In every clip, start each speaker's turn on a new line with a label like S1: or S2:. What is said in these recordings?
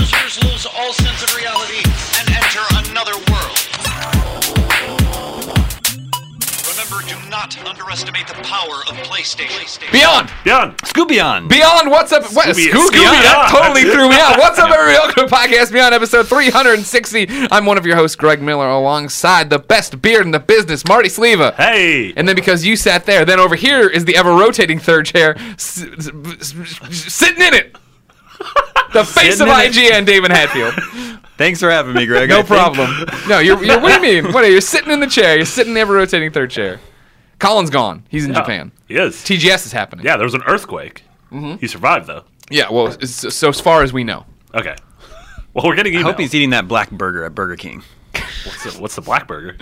S1: lose all sense of reality and enter another world. Remember, do not underestimate the power of PlayStation.
S2: Beyond!
S3: Beyond.
S4: Scoobion.
S2: Beyond, what's up? What,
S3: Scooby-
S2: Scooby-
S3: Scooby-
S2: that
S3: Beyond.
S2: totally threw me out. What's up, everybody? Welcome to Podcast Beyond, episode 360. I'm one of your hosts, Greg Miller, alongside the best beard in the business, Marty Sleva.
S3: Hey.
S2: And then because you sat there, then over here is the ever rotating third chair s- s- s- s- sitting in it. The face
S4: Sitting
S2: of
S4: in it.
S2: IGN, David Hatfield.
S4: Thanks for having me, Greg. I
S2: No
S4: think-
S2: problem. No, you're, you're what do you mean? What are you? You're sitting in the chair. You're sitting in the ever rotating third chair. Colin's gone. He's in Japan. Mm-hmm.
S3: Yes.
S2: TGS is happening.
S3: Oh, yeah, there was an earthquake. He survived though.
S2: Yeah. Well, it's- so as far as we know,
S3: Okay. Well, we're getting.
S4: I
S3: Email.
S4: hope
S2: e-
S4: he's eating that black burger at Burger King.
S3: What's the, what's the black burger?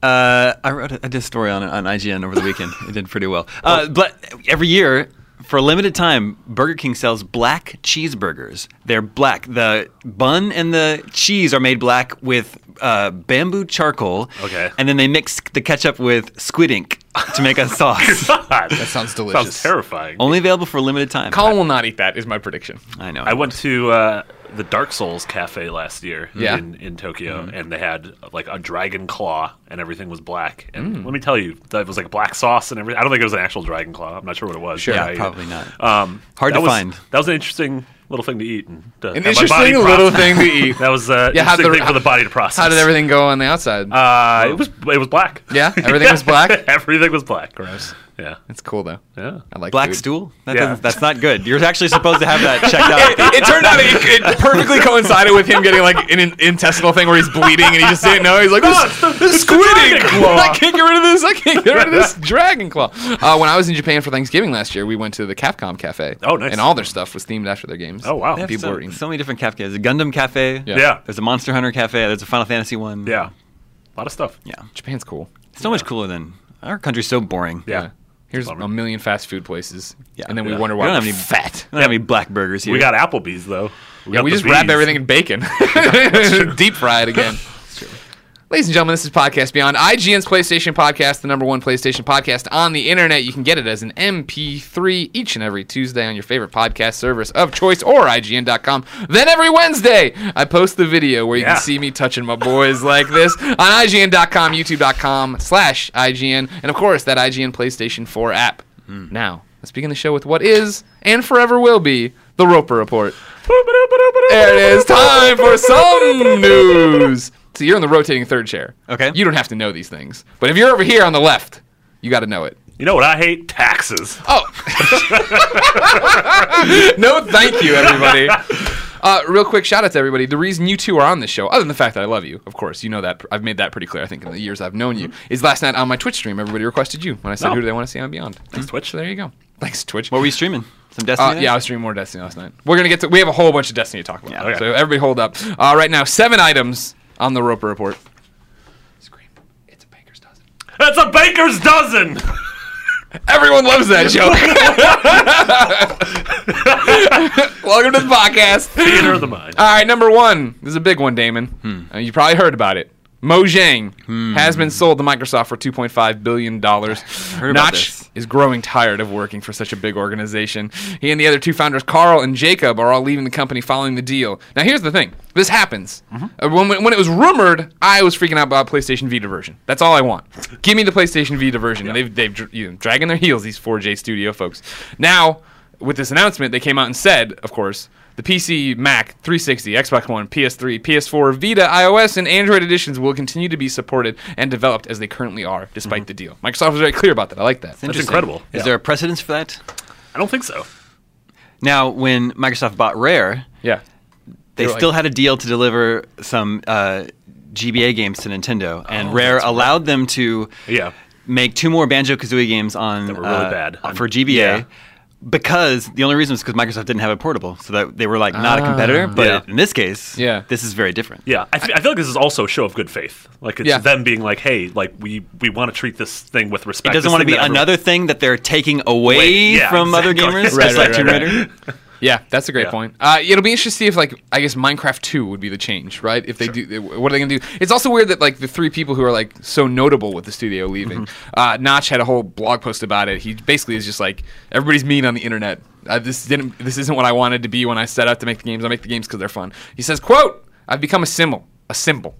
S4: Uh, I wrote a, I did a story on it on IGN over the weekend. it did pretty well. Uh, but every year, for a limited time, Burger King sells black cheeseburgers. They're black. The bun and the cheese are made black with uh, bamboo charcoal.
S3: Okay.
S4: And then they mix the ketchup with squid ink to make a sauce.
S3: God, that
S2: sounds
S3: Sounds
S2: delicious. Oh
S3: terrifying.
S4: Only available for a limited time.
S2: Colin will not eat that. Is my prediction.
S4: I know.
S3: I went to uh, the Dark Souls Cafe last year
S2: Yeah. Mm-hmm.
S3: in, in Tokyo, and they had like a dragon claw, and everything was black. And
S2: Mm.
S3: let me tell you, that was like black sauce and everything. I don't think it was an actual dragon claw. I'm not sure what it was.
S2: Sure.
S3: but
S4: Yeah,
S3: I ate it.
S4: probably not.
S3: Um,
S4: Hard
S3: that
S4: to
S3: was-
S4: find.
S3: That was an interesting little thing to eat. And to have
S2: An
S3: my body
S2: interesting little
S3: process-
S2: thing to eat.
S3: That was uh,
S2: Yeah, how'd
S3: interesting
S2: the-
S3: thing for the body to process.
S2: How did everything go on the outside?
S3: Uh, it was it was black.
S2: Yeah? Everything was black?
S3: everything was black. Gross. Yeah.
S2: it's cool though.
S3: Yeah.
S2: I like
S4: Black
S2: food.
S4: stool? That
S3: Yeah.
S4: doesn't, that's not good. You're actually supposed to have that checked out.
S2: it turned out it, it perfectly coincided with him getting like an, in- intestinal thing where he's bleeding and he just didn't know. He's like,
S3: No,
S2: this,
S3: it's the-
S2: this
S3: it's the
S2: squid
S3: dragon
S2: ink.
S3: claw."
S2: I can't get rid of this. I can't get rid of this dragon claw. Uh, when I was in Japan for Thanksgiving last year, we went to the Capcom Cafe.
S3: Oh, nice.
S2: And all their stuff was themed after their games.
S3: Oh, wow.
S4: They have
S2: People
S4: so,
S2: were eating.
S4: so many different cafes. There's a Gundam cafe.
S2: Yeah.
S3: Yeah.
S4: There's a Monster Hunter cafe. There's a Final Fantasy one.
S3: Yeah. A lot of stuff.
S4: Yeah.
S2: Japan's cool. Uh,
S4: So much cooler than our country's so boring.
S3: Yeah.
S2: Here's
S3: Bummer.
S2: a million fast food places.
S4: Yeah.
S2: And then we
S4: Yeah.
S2: wonder
S4: We
S2: why
S4: don't
S2: we're
S4: have any
S2: fat.
S4: We don't have any black burgers here.
S3: We got Applebee's though. We
S2: Yeah,
S3: got
S2: we
S3: the
S2: just wrap
S3: bees.
S2: everything in bacon. Deep fried again. Ladies and gentlemen, this is Podcast Beyond, IGN's PlayStation podcast, the number one PlayStation podcast on the internet. You can get it as an MP3 each and every Tuesday on your favorite podcast service of choice or IGN.com. Then every Wednesday, I post the video where you
S3: Yeah.
S2: can see me touching my boys like this on IGN.com, YouTube.com, slash IGN, and of course, that IGN PlayStation 4 app.
S3: Hmm.
S2: Now, let's begin the show with what is and forever will be the Roper Report. There it is. Time for some news. So you're in the rotating third chair.
S4: Okay.
S2: You don't have to know these things. But if you're over here on the left, you got to know it.
S3: You know what I hate? Taxes.
S2: Oh. no, thank you, everybody. Uh, real quick shout out to everybody. The reason you two are on this show, other than the fact that I love you, of course, you know that. I've made that pretty clear, I think, in the years I've known you, is last night on my Twitch stream, everybody requested you when I said,
S3: No.
S2: who do they want to see on Beyond?
S3: Thanks, Twitch.
S2: So there you go. Thanks, Twitch.
S4: What were you streaming? Some Destiny?
S2: Uh,
S4: there?
S2: yeah, I was streaming more Destiny last night. We're gonna get to. We have a whole bunch of Destiny to talk about.
S4: Yeah.
S3: Okay.
S2: So everybody, hold up. Uh, right now, seven items on the Roper Report. Scream! It's a baker's dozen.
S3: That's a baker's dozen.
S2: Everyone loves that joke. Welcome to the podcast.
S3: Theater of the mind.
S2: All right, number one. This is a big one, Damon.
S4: Hmm.
S2: Uh, you probably heard about it. Mojang has been sold to Microsoft for 2.5 billion dollars.
S4: heard about
S2: Notch
S4: this.
S2: is growing tired of working for such a big organization. He and the other two founders, Carl and Jacob, are all leaving the company following the deal. Now, here's the thing: this happens. Uh, when, when it was rumored, I was freaking out about PlayStation Vita version. That's all I want. Give me the PlayStation Vita version. And they've they've dr- you know, dragging their heels these 4J Studio folks. Now, with this announcement, they came out and said, of course. The PC, Mac, 360, Xbox One, PS3, PS4, Vita, iOS, and Android editions will continue to be supported and developed as they currently are, despite the deal. Microsoft was very clear about that. I like that.
S3: That's
S4: Interesting.
S3: incredible.
S4: Is
S3: Yeah.
S4: there a precedence for that?
S3: I don't think so.
S4: Now, when Microsoft bought Rare,
S2: Yeah.
S4: they
S2: You're
S4: still
S2: like-
S4: had a deal to deliver some uh, GBA games to Nintendo, and Rare allowed them to
S3: Yeah.
S4: make two more Banjo Kazooie games on
S3: That were really
S4: uh,
S3: bad.
S4: for GBA.
S3: Yeah.
S4: Because the only reason was because Microsoft didn't have a portable, so that they were like not a competitor. But
S3: Yeah.
S4: in this case,
S2: Ah. Yeah.
S4: this is very different.
S3: Yeah, I, f- I feel like this is also a show of good faith. Like it's
S2: Yeah.
S3: them being like, "Hey, like we we want to treat this thing with respect."
S4: It doesn't
S3: This
S4: want to
S3: thing
S4: be
S3: that everyone-
S4: another thing that they're taking away
S3: Wait, yeah,
S4: from other
S3: exactly.
S4: gamers,
S2: Right,
S4: just
S2: right,
S4: like Tomb
S2: right,
S4: Raider.
S2: Yeah, that's a great
S3: Yeah.
S2: point. Uh, it'll be interesting to see if, like, I guess Minecraft 2 would be the change, right? If they do, what are they going to do? It's also weird that, like, the three people who are, like, so notable with the studio leaving.
S3: Mm-hmm.
S2: Uh, Notch had a whole blog post about it. He basically is just like, everybody's mean on the internet. Uh, this didn't, this isn't what I wanted to be when I set out to make the games. I make the games because they're fun. He says, quote, I've become a symbol. A symbol.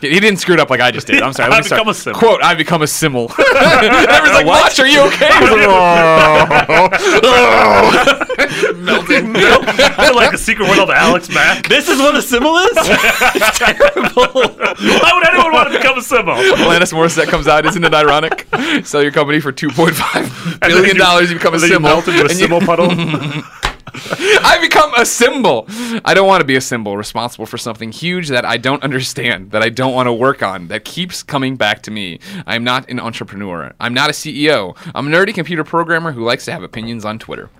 S2: He didn't screw it up like I just did. I'm sorry. let
S3: I've
S2: me start.
S3: become a symbol.
S2: Quote, I've become a symbol. Everyone's like,
S4: What?
S2: Notch, are you okay? He was like,
S3: Oh. Melting milk. like a secret world of Alex Mack.
S4: This is what a symbol is? it's terrible.
S3: Why would anyone want to become a symbol?
S2: Alanis Morissette comes out, isn't it ironic? Sell your company for two point five billion dollars, you become a
S3: and then
S2: symbol.
S3: You melt into a
S2: and you-
S3: symbol puddle.
S2: I become a symbol. I don't want to be a symbol responsible for something huge that I don't understand, that I don't want to work on, that keeps coming back to me. I'm not an entrepreneur. I'm not a CEO. I'm a nerdy computer programmer who likes to have opinions on Twitter.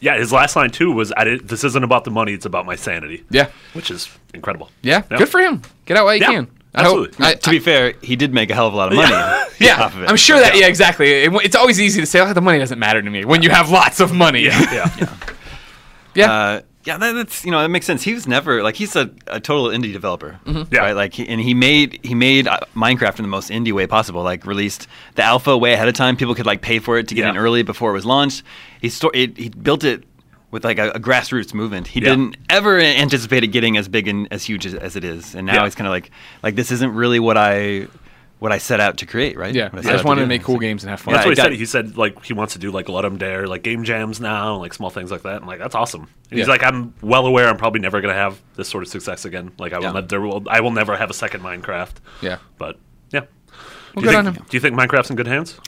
S3: yeah, his last line too was, I did, "This isn't about the money; it's about my sanity."
S2: Yeah,
S3: which is incredible.
S2: yeah. Good for him. Get out while you
S3: Yeah,
S2: can. I hope-
S3: absolutely.
S2: I-
S4: to be fair, he did make a hell of a lot of money.
S2: Yeah,
S4: off of it.
S2: I'm sure that. Yeah, exactly. It- it's always easy to say, "Oh, the money doesn't matter to me." When you have lots of money,
S3: Yeah, yeah. yeah.
S2: yeah.
S4: Uh, yeah, that, that's you know that makes sense. He was never like he's a, a total indie developer,
S2: Mm-hmm.
S3: Yeah.
S4: right? Like, he, and he made he made uh, Minecraft in the most indie way possible. Like, released the alpha way ahead of time. People could like pay for it to get
S3: Yeah.
S4: in early before it was launched. He sto- it, he built it with like a, a grassroots movement. He
S3: Yeah.
S4: didn't ever a- anticipate it getting as big and as huge as, as it is. And now
S3: Yeah.
S4: it's kind of like like this isn't really what I what I set out to create, right?
S2: Yeah,
S4: What
S2: I
S4: set out
S2: just wanted
S4: do.
S2: to make
S4: It's
S2: cool
S4: like-
S2: games and have fun.
S3: That's
S4: Yeah,
S3: what he
S4: I
S3: said.
S4: got-
S3: He said like he wants to do like let 'em dare, like game jams now, and, like small things like that. And like that's awesome. And He's
S2: Yeah.
S3: like, I'm well aware I'm probably never gonna have this sort of success again. Like I will,
S4: Yeah.
S3: not, there will I will never have a second Minecraft.
S2: Yeah.
S3: but yeah.
S2: Well,
S3: do, you
S2: good
S3: think,
S2: on him.
S3: do you think Minecraft's in good hands?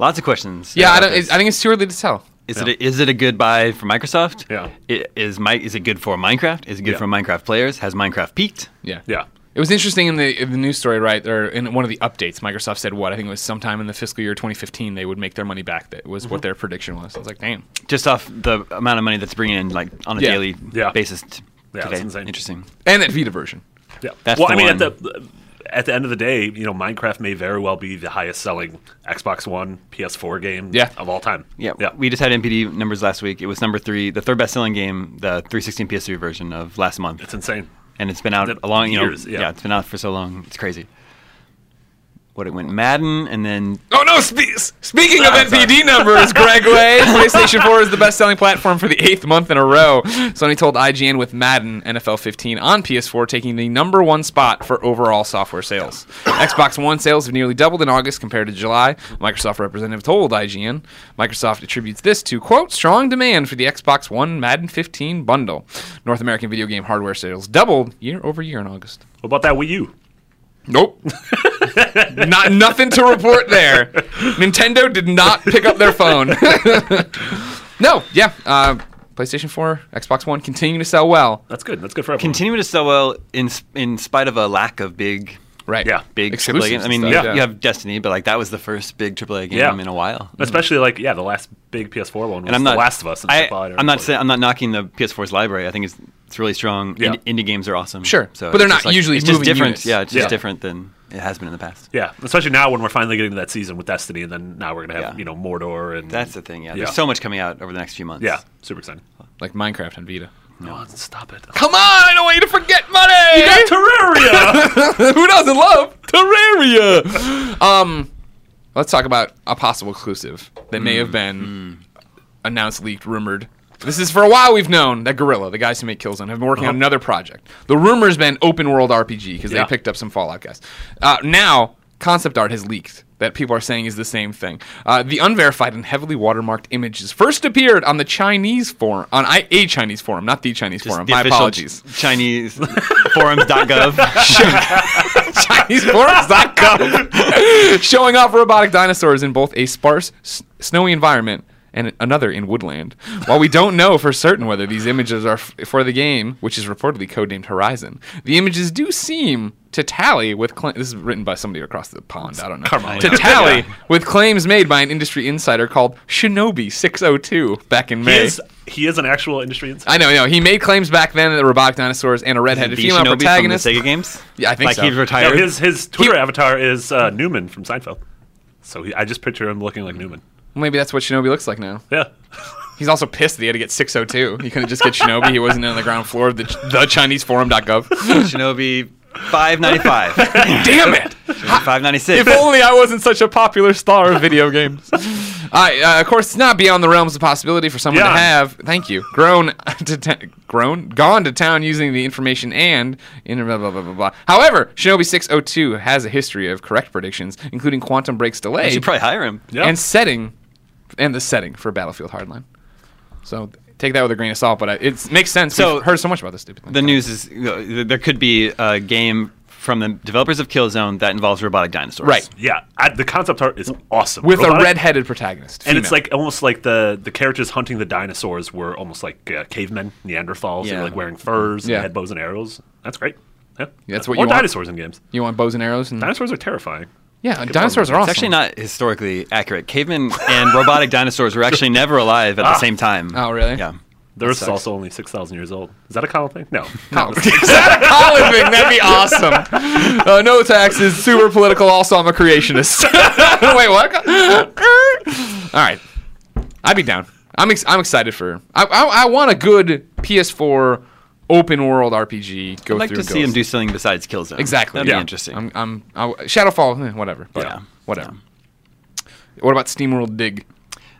S4: Lots of questions.
S2: Yeah, I
S4: about
S2: don't.
S4: this.
S2: I think it's too early to tell.
S4: Is it a, is it a good buy for Microsoft?
S3: Yeah.
S4: I- Is my is it good for Minecraft? Is it good
S3: Yeah.
S4: for Minecraft players? Has Minecraft peaked?
S2: Yeah.
S3: Yeah.
S2: It was interesting in the in the news story, right? Or in one of the updates, Microsoft said what I think it was sometime in the fiscal year 2015 they would make their money back. That was
S4: Mm-hmm.
S2: what their prediction was. I was like, damn.
S4: Just off the amount of money that's bringing in, like on a
S2: Yeah.
S4: daily
S3: Yeah.
S4: basis t-
S3: Yeah,
S4: today.
S3: it's insane.
S4: Interesting.
S2: And that Vita version.
S3: Yeah.
S4: That's
S3: well,
S4: the
S3: I mean,
S4: one.
S3: at the at the end of the day, you know, Minecraft may very well be the highest selling Xbox One, PS4 game
S2: Yeah.
S3: of all time.
S4: Yeah,
S3: Yeah.
S4: we just had NPD numbers last week. It was number three, the third best-selling game, the 316 PS3 version of last month,
S3: it's insane.
S4: and it's been out
S3: the-
S4: a long, you know,
S3: years, yeah.
S4: it's been out for so long. It's crazy. What it went Madden, and then
S2: Oh no! Spe- speaking of
S3: Ah,
S2: NPD numbers, Greg Way, PlayStation 4 is the best-selling platform for the eighth month in a row. Sony told IGN with Madden NFL 15 on PS4 taking the number one spot for overall software sales. Xbox One sales have nearly doubled in August compared to July. Microsoft representative told IGN Microsoft attributes this to quote strong demand for the Xbox One Madden 15 bundle. North American video game hardware sales doubled year over year in August.
S3: What about that Wii U?
S2: Nope. not nothing to report there. Nintendo did not pick up their phone. no, yeah. Uh, PlayStation 4, Xbox One continue to sell well.
S3: That's good. That's good for everyone.
S4: continuing to sell well in s- in spite of a lack of big
S2: Right.
S3: Yeah.
S4: big
S2: Exclusives
S4: AAA games. I
S2: and
S4: mean,
S2: stuff,
S4: you,
S2: yeah.
S4: you have Destiny, but like that was the first big AAA game
S3: Yeah.
S4: in a while.
S3: Especially like yeah, the last big PS4 one was
S4: And I'm not
S3: The Last of Us. and
S4: I,
S3: Dead by Daylight.
S4: I'm not saying I'm not knocking the PS4's library. I think it's it's really strong.
S3: Yeah.
S4: Ind- indie games are awesome.
S2: Sure.
S4: so
S2: But they're
S4: it's just
S2: not usually
S4: It's just
S2: moving
S4: different.
S2: units.
S4: Yeah, it's just
S3: Yeah.
S4: different than it has been in the past.
S3: Yeah, especially now when we're finally getting to that season with Destiny, and then now we're gonna have
S4: Yeah.
S3: you know Mordor and
S4: That's the thing. Yeah.
S3: Yeah.
S4: there's so much coming out over the next few months.
S3: yeah, super exciting.
S2: Like Minecraft and Vita.
S3: No, stop it.
S2: Come on, I don't want you to forget money.
S3: Terraria.
S2: Who doesn't love Terraria? um, let's talk about a possible exclusive that may
S4: Hmm.
S2: have been announced, leaked, rumored. This is for a while we've known that Gorilla, the guys who make Killzone, have been working on
S4: Uh-huh.
S2: another project. The rumor's been open world RPG because
S3: Yeah.
S2: they picked up some Fallout guys. Uh, now concept art has leaked that people are saying is the same thing. Uh, the unverified and heavily watermarked images first appeared on the Chinese forum, on I- a Chinese forum, not the Chinese
S4: Just
S2: forum.
S4: the
S2: My
S4: official
S2: apologies.
S4: Ch- Chinese forums.gov.
S2: ChineseForums.com. Showing off robotic dinosaurs in both a sparse, s- snowy environment and another in woodland. While we don't know for certain whether these images are f- for the game, which is reportedly codenamed Horizon, the images do seem to tally with cla This is written by somebody across the pond. I don't know.
S3: Carmine.
S2: To tally with claims made by an industry insider called Shinobi602 back in
S3: he
S2: May.
S3: is he is an actual industry insider.
S2: I know, no. He made claims back then that the robotic dinosaurs and a
S4: The
S2: red-headed female
S4: Shinobi from the
S2: protagonist.
S4: Sega games.
S2: Yeah, I think
S4: like
S2: so.
S4: he
S3: No,
S4: retired.
S3: his his Twitter avatar is uh, Newman from Seinfeld. So he, I just picture him looking like Newman.
S2: Maybe that's what Shinobi looks like now.
S3: Yeah.
S2: He's also pissed that he had to get 602. He couldn't just get Shinobi. He wasn't on the ground floor of the, the ChineseForum.gov.
S4: Shinobi 595.
S2: Damn it!
S4: 596.
S2: If only I wasn't such a popular star of video games. I, uh, of course, it's not beyond the realms of possibility for someone
S3: Yeah.
S2: to have. Thank you. Grown to ta- grown gone to town using the information and in blah blah blah blah blah. However, Shinobi 602 has a history of correct predictions, including Quantum Break's
S4: You
S2: delay
S4: should probably hire him.
S3: Yeah.
S2: and setting, and the setting for Battlefield Hardline. So take that with a grain of salt, but I, it makes sense.
S4: So-
S2: We've heard so much about this stupid thing.
S4: The news is uh, there could be a game from the developers of Killzone that involves robotic dinosaurs.
S2: right
S3: Yeah, I, the concept art is awesome.
S2: with a
S3: Robotic-
S2: red-headed protagonist,
S3: and it's
S2: female.
S3: like almost like the the characters hunting the dinosaurs were almost like uh, cavemen, Neanderthals, They
S4: Yeah.
S3: were like wearing furs,
S2: Yeah.
S3: and had bows and arrows. That's great. Yeah,
S2: that's what
S3: More
S2: you want.
S3: dinosaurs in games.
S2: you want bows and arrows and
S3: Dinosaurs are terrifying.
S2: yeah, dinosaurs are
S3: It's
S2: awesome.
S4: It's actually not historically accurate. Cavemen and robotic dinosaurs were actually never alive at the same time.
S2: Oh, really?
S4: Yeah.
S3: The Earth's also only six thousand years old. Is that a common thing? No.
S2: No. Is that a Colin thing? That'd be awesome. Uh, no taxes, super political. Also, I'm a creationist. Wait, what? All right, I'd be down. I'm ex- I'm excited for. I I, I want a good PS4 open world RPG. Go
S4: I'd like
S2: through.
S4: to see
S2: Ghost.
S4: him do something besides Killzone.
S2: exactly.
S4: That'd
S3: Yeah.
S4: be interesting.
S2: I'm I'm I, Shadowfall. eh, Whatever. But
S4: Yeah.
S2: Whatever. What about SteamWorld Dig?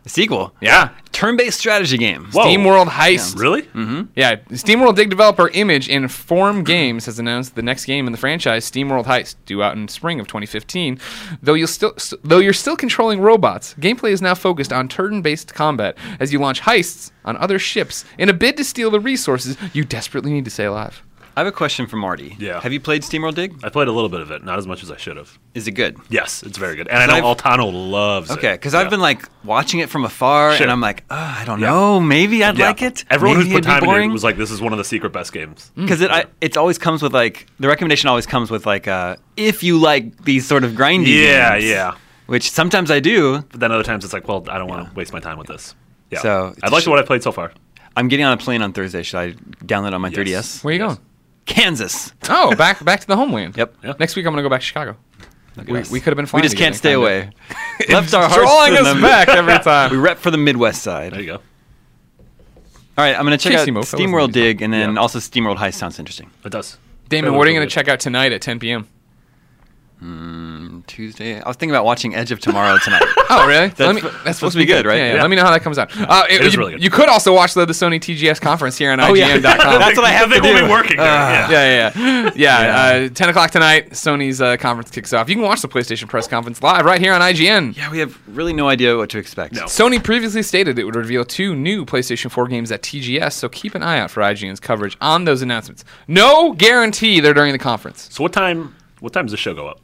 S4: the sequel.
S2: Yeah.
S4: Turn-based strategy game.
S3: Whoa.
S2: SteamWorld Heist.
S3: Really? Mm-hmm.
S2: Yeah, SteamWorld Dig developer Image and Form Games has announced the next game in the franchise, SteamWorld Heist, due out in spring of 2015. Though you'll still st- though you're still controlling robots, gameplay is now focused on turn-based combat as you launch heists on other ships in a bid to steal the resources you desperately need to stay alive.
S4: I have a question for Marty.
S3: Yeah.
S4: Have you played SteamWorld Dig?
S3: I played a little bit of it, not as much as I should have.
S4: Is it good?
S3: Yes, it's very good, and I know
S4: I've-
S3: Altano loves it.
S4: Okay, because
S3: Yeah.
S4: I've been like watching it from afar,
S3: Sure.
S4: and I'm like, oh, I don't know. Maybe I'd
S3: Yeah.
S4: like it.
S3: Everyone
S4: Maybe
S3: who's put
S4: it'd be
S3: time in
S4: boring.
S3: it was like, "This is one of the secret best games."
S2: Mm.
S4: because it I, it always comes with like the recommendation always comes with like uh, if you like these sort of grindy
S3: Yeah,
S4: games,
S3: yeah.
S4: which sometimes I do.
S3: But then other times it's like, "Well, I don't want to waste my time with this." Yeah.
S4: So, it's
S3: I
S4: a
S3: like
S4: shame.
S3: what I played so far.
S4: I'm getting on a plane on Thursday. Should I download it on my 3ds?
S2: Where you
S3: Yes.
S2: going?
S4: Kansas.
S2: Oh, back back to the homeland.
S4: Yep.
S3: Yeah.
S2: Next week I'm gonna go back to Chicago. We,
S4: us.
S2: we could have been
S4: We
S2: flying.
S4: just
S2: together
S4: can't stay
S2: kinda.
S4: away. Left our hearts
S2: Drawing
S4: to
S2: us
S4: them.
S2: back every time.
S4: We rep for the Midwest side.
S3: There you go.
S4: All right, I'm gonna check
S2: Casey Mofo
S4: out
S2: wasn't
S4: SteamWorld
S2: easy.
S4: Dig, and then
S3: Yeah.
S4: also SteamWorld Heist sounds interesting.
S3: It does.
S2: Damon, what are
S3: Trailer
S2: you
S3: was really
S2: gonna
S3: good.
S2: check out tonight at 10 p.m.?
S4: Tuesday. I was thinking about watching Edge of Tomorrow tonight.
S2: Oh, really?
S4: That's
S2: Let me-
S4: fu- supposed to be good, right?
S2: Yeah, yeah.
S4: Yeah.
S2: Let me know how that comes out. Uh, it,
S3: is
S2: you,
S3: really good.
S2: you could also watch though, the Sony TGS conference here on
S4: Oh, yeah.
S2: IGN.com.
S4: That's what I have
S3: The
S4: to
S3: thing will
S4: do. Uh,
S3: be working. during- yeah.
S2: yeah, yeah, yeah. yeah uh, 10 o'clock tonight, Sony's uh, conference kicks off. You can watch the PlayStation press conference live right here on IGN.
S4: yeah, we have really no idea what to expect.
S3: No.
S2: Sony previously stated it would reveal two new PlayStation 4 games at TGS, so keep an eye out for IGN's coverage on those announcements. No guarantee they're during the conference.
S3: So what time? What time does the show go up?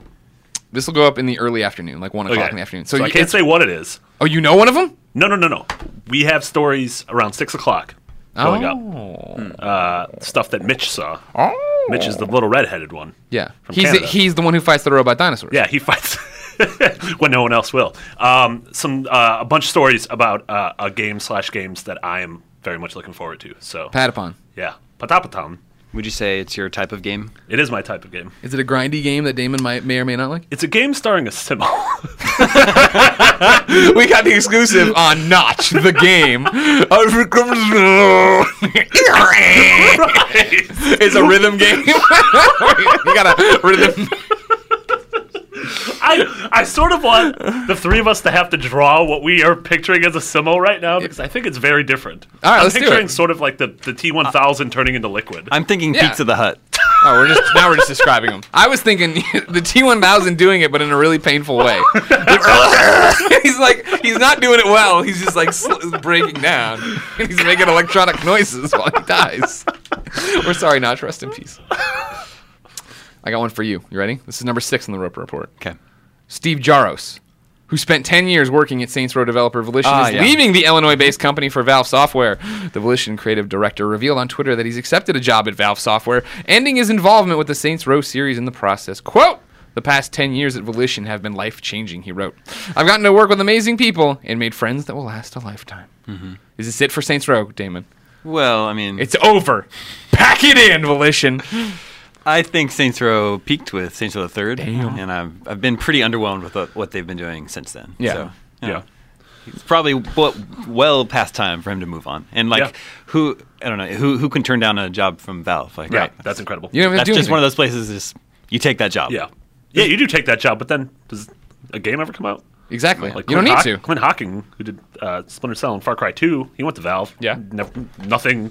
S2: This will go up in the early afternoon, like 1 o'clock in the afternoon.
S3: So,
S2: So,
S3: I
S2: you-
S3: can't
S2: it's-
S3: say what it is.
S2: oh, you know one of them?
S3: No, no, no, no. We have stories around six o'clock going up. Uh, stuff that Mitch saw.
S2: Oh.
S3: Mitch is the little redheaded one.
S2: Yeah.
S3: From
S2: He's the,
S3: Canada.
S2: he's the one who fights the robot dinosaurs.
S3: Yeah, he fights when no one else will. Um, some uh, a bunch of stories about uh, a game slash games that I am very much looking forward to. So
S2: Patapon.
S3: yeah, Patapatam.
S4: Would you say it's your type of game?
S3: It is my type of game.
S2: Is it a grindy game that Damon might, may or may not like?
S3: It's a game starring a Simmel.
S2: we got the exclusive on Notch, the game. it's a rhythm game. you got a rhythm.
S3: I, I sort of want the three of us to have to draw what we are picturing as a Simmel right now because I think it's very different.
S2: All right,
S3: I'm
S2: let's do it. Uh,
S3: picturing sort of like the, the T1000 turning into liquid.
S4: I'm thinking
S2: Yeah.
S4: Pizza the Hut.
S2: Oh, we're just now we're just describing them. I was thinking the T1000 doing it, but in a really painful way. he's like he's not doing it well. He's just like sl- breaking down. He's making electronic noises while he dies. We're sorry, Notch. Rest in peace. I got one for you. You ready? This is number six in the Roper Report.
S4: Okay.
S2: Steve Jaros, who spent 10 years working at Saints Row developer Volition,
S4: Ah,
S2: is
S4: yeah.
S2: leaving the Illinois based company for Valve Software. The Volition creative director revealed on Twitter that he's accepted a job at Valve Software, ending his involvement with the Saints Row series in the process. Quote, the past 10 years at Volition have been life changing, he wrote. I've gotten to work with amazing people and made friends that will last a lifetime.
S4: Mm-hmm.
S2: Is this it for Saints Row, Damon?
S4: Well, I mean,
S2: It's over. Pack it in, Volition.
S4: I think Saints Row peaked with Saints Row the Third, and I've I've been pretty underwhelmed with what- what they've been doing since then.
S2: Yeah.
S4: So,
S3: yeah.
S4: It's probably what well past time for him to move on. And like,
S3: Yeah.
S4: who I don't know who who can turn down a job from Valve? Like,
S3: Yeah,
S4: right?
S3: that's incredible.
S2: You don't even
S4: That's
S2: do
S4: just one of
S2: anything.
S4: those places. Is you take that job?
S3: yeah, yeah. You do take that job, but then does a game ever come out?
S2: Exactly.
S3: Like
S2: you don't need
S3: Clint
S2: to.
S3: Hawk- Clint Hawking, who did uh, Splinter Cell and Far Cry 2, he went to Valve.
S2: Yeah.
S3: Nev- nothing,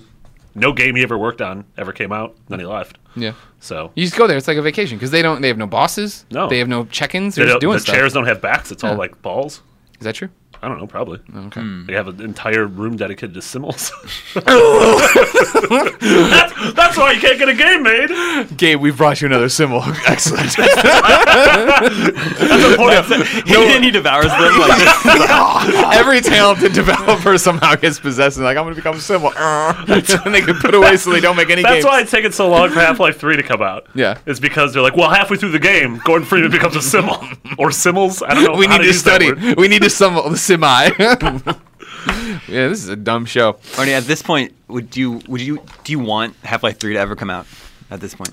S3: no game he ever worked on ever came out. Then he left.
S2: Yeah.
S3: So
S2: You just go there. It's like a vacation because they don't. They have no bosses.
S3: No.
S2: They have no check-ins. They're
S3: They
S2: just
S3: don't-
S2: doing
S3: the
S2: stuff.
S3: chairs don't have backs. It's
S2: Yeah.
S3: all like balls.
S2: Is that true?
S3: I don't know, probably.
S2: Okay.
S3: They have an entire room dedicated to Simmels. that's, that's why you can't get a game made.
S2: Gabe, we've brought you another symbol. Excellent.
S3: That's a point.
S4: He, and he devours them. Like,
S2: Every talented developer somehow gets possessed and like I'm gonna become a symbol. and they can put away so they don't make any
S3: That's
S2: games.
S3: why it's taken so long for Half Life 3 to come out.
S2: Yeah.
S3: It's because they're like, well, halfway through the game, Gordon Freeman becomes a Simmel. or Simmels. I don't know.
S2: we
S3: how
S2: need to
S3: use that
S2: study.
S3: word.
S2: We need to symbol the semi. yeah, this is a dumb show.
S4: Arnie, at this point, would you would you do you want Half Life Three to ever come out? At this point,